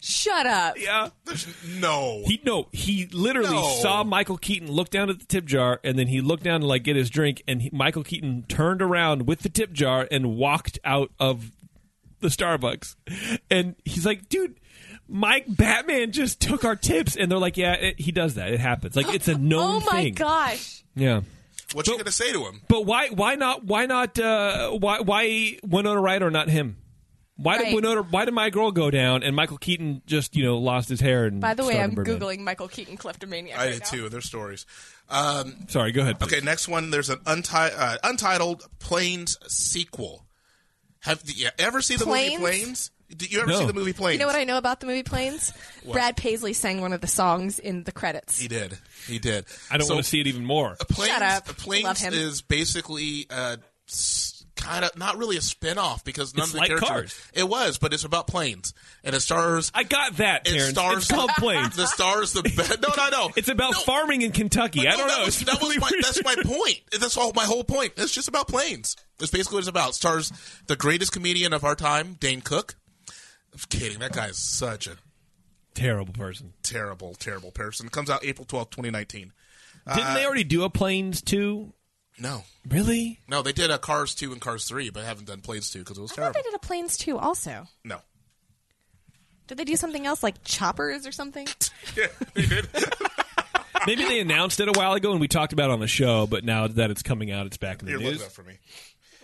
Shut up.
Yeah.
There's no.
He no, he literally
No.
saw Michael Keaton look down at the tip jar, and then he looked down to like get his drink, and he, Michael Keaton turned around with the tip jar and walked out of the Starbucks, and he's like, dude. Mike Batman just took our tips, and they're like, "Yeah, it, he does that. It happens. Like it's a known
Oh my
thing."
gosh.
Yeah,
What you gonna say to him?
but why? Why not? Why not? Uh, why? Why Winona Ryder, not him? Why did
Right.
Winona? Why did my girl go down, and Michael Keaton just you know lost his hair? And
By the way,
started
I'm
Birdman?
googling Michael Keaton kleptomaniac.
I
right
did
now.
too. Their stories. Um,
Sorry, go ahead. please.
Okay, next one. There's an unti- uh, untitled Planes sequel. Have you ever seen the
Planes?
movie Planes? Did you ever
No.
see the movie Planes?
You know what I know about the movie Planes? Brad Paisley sang one of the songs in the credits.
He did. He did.
I don't
So,
want to see it even more.
Planes,
Shut up.
Planes
Love him.
is basically uh, s- kind of not really a spin-off because none
It's
of the
like
characters.
Cars.
It was, but it's about planes and it stars. I
got that.
It
Terrence.
stars
It's called Planes.
The stars the best. No, no, no.
It's about farming in Kentucky. I don't
that
know.
Was,
It's
that was
really
my,
weird.
that's my point. That's all my whole point. It's just about planes. That's basically what it's about. Stars the greatest comedian of our time, Dane Cook. I'm kidding. That guy is such a
terrible person.
Terrible, terrible person. It comes out April twelfth, 2019.
Didn't
Uh,
they already do a Planes two?
No.
Really?
No, they did a Cars 2 and Cars 3, but haven't done Planes 2 because it was
I thought
terrible.
they did a Planes too. Also,
No.
did they do something else like Choppers or something?
Maybe they announced it a while ago and we talked about it on the show, but now that it's coming out, it's back in the
Here, look
news.
it up for me.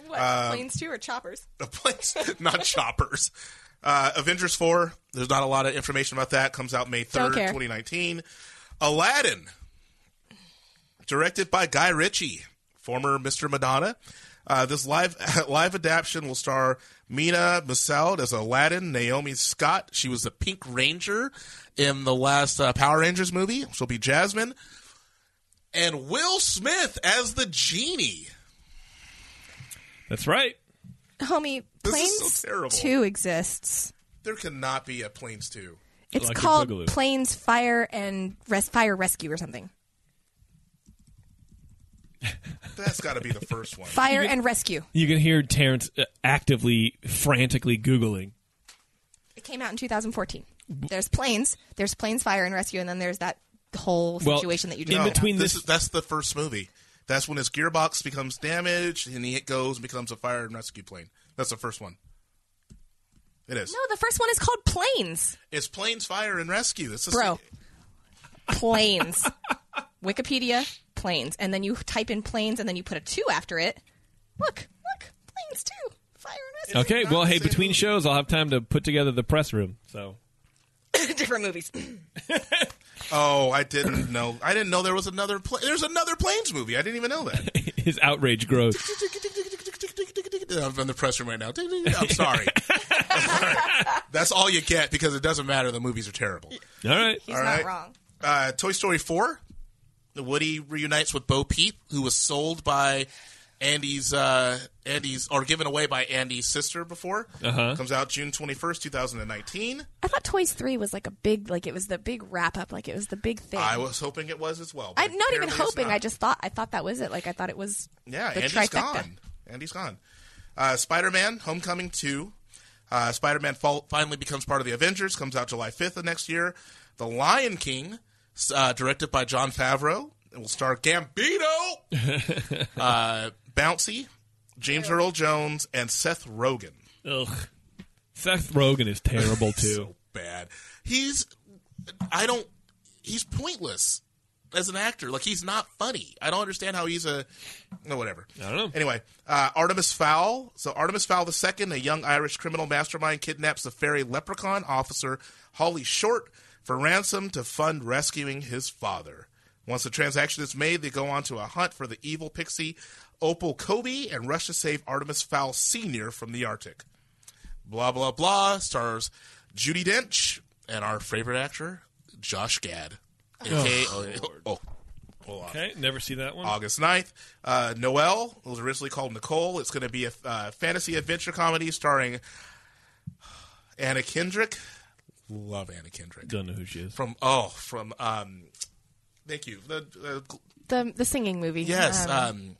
What
Um,
Planes too or Choppers?
The planes, not choppers. Uh, Avengers 4, there's not a lot of information about that. Comes out May
Don't
3rd,
care.
2019. Aladdin, directed by Guy Ritchie, former Mr. Madonna. Uh, this live live adaptation will star Mina Massoud as Aladdin, Naomi Scott. She was the Pink Ranger in the last uh, Power Rangers movie. She'll be Jasmine. And Will Smith as the genie.
That's right.
Homie,
This is
Planes
so terrible.
Two exists.
There cannot be a Planes 2.
It's called Planes Fire and Res- Fire Rescue or something.
That's got to be the first one.
Fire and Rescue.
You can hear Terrence uh, actively, frantically Googling.
It came out in 2014. There's Planes. There's Planes Fire and Rescue, and then there's that whole situation that you just
No,
read about.
is- that's the first movie. That's when his gearbox becomes damaged and he goes and becomes a fire and rescue plane. That's the first one. It is.
No, the first one is called Planes.
It's planes, fire, and rescue. It's the
Bro. Planes. Wikipedia, planes. And then you type in planes and then you put a two after it. Look, look, planes too. Fire and rescue.
Okay, well, hey, between shows, I'll have time to put together the press room. So
Different movies.
Oh, I didn't know. I didn't know there was another. Pla- There's another planes movie. I didn't even know that.
his outrage grows.
I'm in the press room right now. I'm sorry. That's all you get because it doesn't matter. The movies are terrible.
All right.
He's not wrong.
Uh, Toy Story 4, the Woody reunites with Bo Peep, who was sold by Andy's, uh, Andy's or given away by Andy's sister before.
Uh-huh.
Comes out June 21st, 2019.
I thought Toys 3 was like a big, like it was the big wrap up, like it was the big thing.
I was hoping it was as well. but
I'm not even
apparently it's
hoping.
not.
I just thought, I thought that was it. Like I thought it was
Yeah,
the
Andy's
trifecta.
gone. Andy's gone. Uh, Spider Man Homecoming 2. Uh, Spider Man fall- finally becomes part of the Avengers, comes out July 5th of next year. The Lion King, s- uh, directed by John Favreau, it will star Gambino, uh, Bouncy, James Earl Jones, and Seth Rogen.
Ugh. Seth Rogen is terrible, too.
Bad. He's, I don't, he's pointless as an actor. Like, he's not funny. I don't understand how he's a, no, whatever.
I don't know.
Anyway, uh, Artemis Fowl. So Artemis Fowl II, a young Irish criminal mastermind, kidnaps the fairy leprechaun officer Holly Short for ransom to fund rescuing his father. Once the transaction is made, they go on to a hunt for the evil pixie Opal Kobe and rush to save Artemis Fowl Sr. from the Arctic. Blah, blah, blah. Stars Judy Dench and our favorite actor, Josh Gad. AKA, oh, hold on.
Okay, never see that one.
August 9th. Uh, Noelle it was originally called Nicole. It's going to be a uh, fantasy adventure comedy starring Anna Kendrick. Love Anna Kendrick.
Don't know who she is.
From, oh, from, um, thank you. The, uh,
The, the singing movie.
yes.
Um,
Um,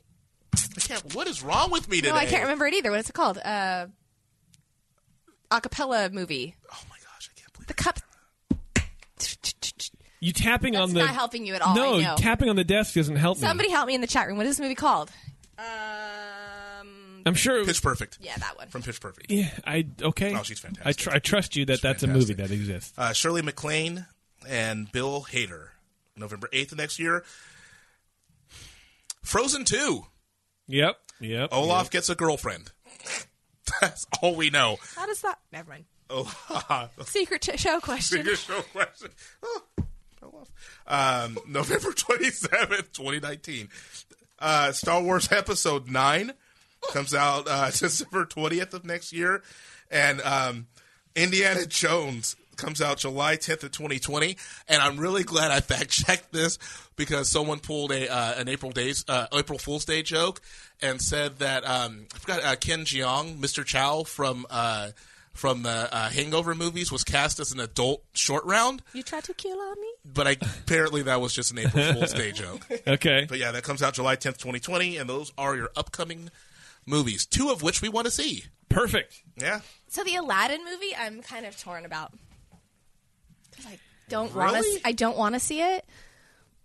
I can't, what is wrong with me today?
No, I can't remember it either. What's it called? Uh, acapella movie.
Oh my gosh, I can't believe
the cup.
You tapping on the.
That's not helping you at all,
No,
I know.
tapping on the desk doesn't help
Somebody
me.
help me in the chat room. What is this movie called? Um,
I'm sure.
Pitch Perfect.
yeah, that one.
From Pitch Perfect.
Yeah, I. Okay.
Oh, she's fantastic.
I, tr- I trust you that that's a movie that exists.
uh, Shirley MacLaine and Bill Hader, November eighth of next year. Frozen two.
Yep. Yep.
Oh.
Olaf gets a girlfriend. That's all we know.
How does that? Never mind.
Oh, Olaf.
Secret t- show question.
Biggest show question. Oh, Olaf. Um, November twenty seventh, twenty nineteen. Uh, Star Wars Episode nine comes out uh, December twentieth of next year, and um, Indiana Jones comes out July 10th of 2020, and I'm really glad I fact checked this because someone pulled a uh, an April Days uh, April Fool's Day joke and said that um, I forgot uh, Ken Jeong, Mr. Chow from uh, from the uh, Hangover movies, was cast as an adult short round,
You tried to kill on me?
but I, apparently that was just an April Fool's Day joke.
Okay.
But yeah, that comes out July 10th, 2020, and those are your upcoming movies, two of which we want to see.
Perfect.
Yeah.
So the Aladdin movie, I'm kind of torn about. 'Cause I don't want
Really?
to. I don't want to see it,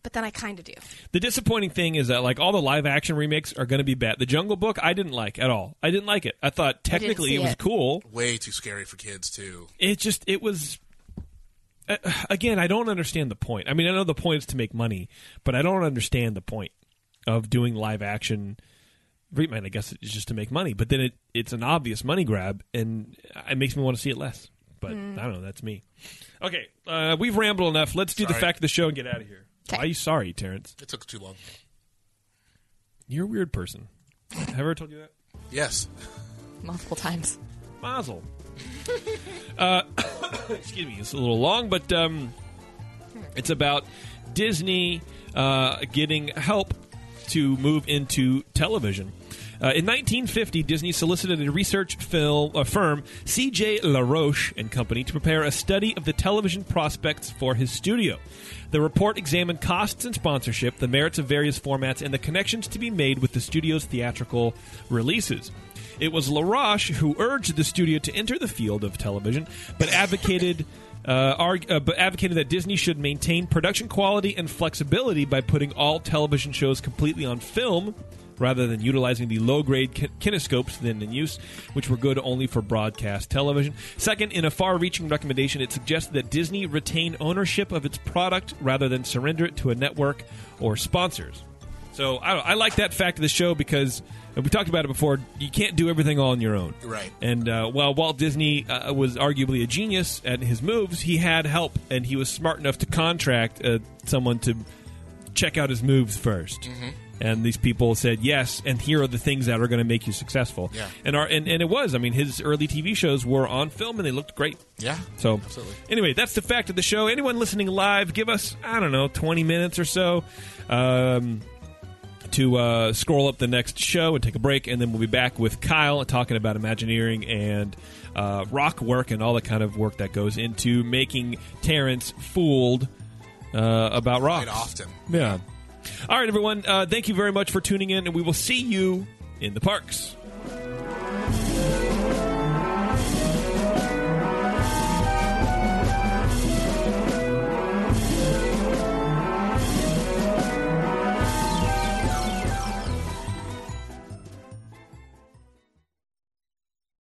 but then I kind of do.
The disappointing thing is that like all the live action remakes are going to be bad. The Jungle Book I didn't like at all. I didn't like it. I thought technically
see
it was
it.
cool.
Way too scary for kids, too.
It just it was uh, again, I don't understand the point. I mean, I know the point is to make money, but I don't understand the point of doing live action remake. I guess it's just to make money, but then it it's an obvious money grab and it makes me want to see it less. But I don't know, that's me. Okay, uh, we've rambled enough. Let's do the
Sorry.
fact of the show and get out of here. Why are you sorry, Terrence?
It took too long.
You're a weird person. Have I ever told you that?
Yes.
Multiple times.
Mazel. uh, excuse me, it's a little long, but um, it's about Disney uh, getting help to move into television. Uh, in 1950, Disney solicited a research film, uh, firm, C.J. LaRoche and Company, to prepare a study of the television prospects for his studio. The report examined costs and sponsorship, the merits of various formats, and the connections to be made with the studio's theatrical releases. It was LaRoche who urged the studio to enter the field of television, but advocated. uh, arg- uh, but advocated that Disney should maintain production quality and flexibility by putting all television shows completely on film rather than utilizing the low grade ki- kinescopes then in use, which were good only for broadcast television. Second, in a far reaching recommendation, it suggested that Disney retain ownership of its product rather than surrender it to a network or sponsors. So I, don't- I like that fact of the show because and we talked about it before. You can't do everything all on your own,
Right.
And uh, while Walt Disney uh, was arguably a genius at his moves, he had help, and he was smart enough to contract uh, someone to check out his moves 1st
Mm-hmm.
And these people said yes, and here are the things that are going to make you successful.
Yeah.
And our and, and it was. I mean, his early TV shows were on film, and they looked great.
Yeah.
So
Absolutely.
Anyway, that's the fact of the show. Anyone listening live, give us I don't know twenty minutes or so um, to uh, scroll up the next show and take a break, and then we'll be back with Kyle talking about Imagineering and uh, rock work and all the kind of work that goes into making Terrence fooled uh, about rock.
Quite often.
Yeah. All right, everyone. Uh, thank you very much for tuning in, and we will see you in the parks.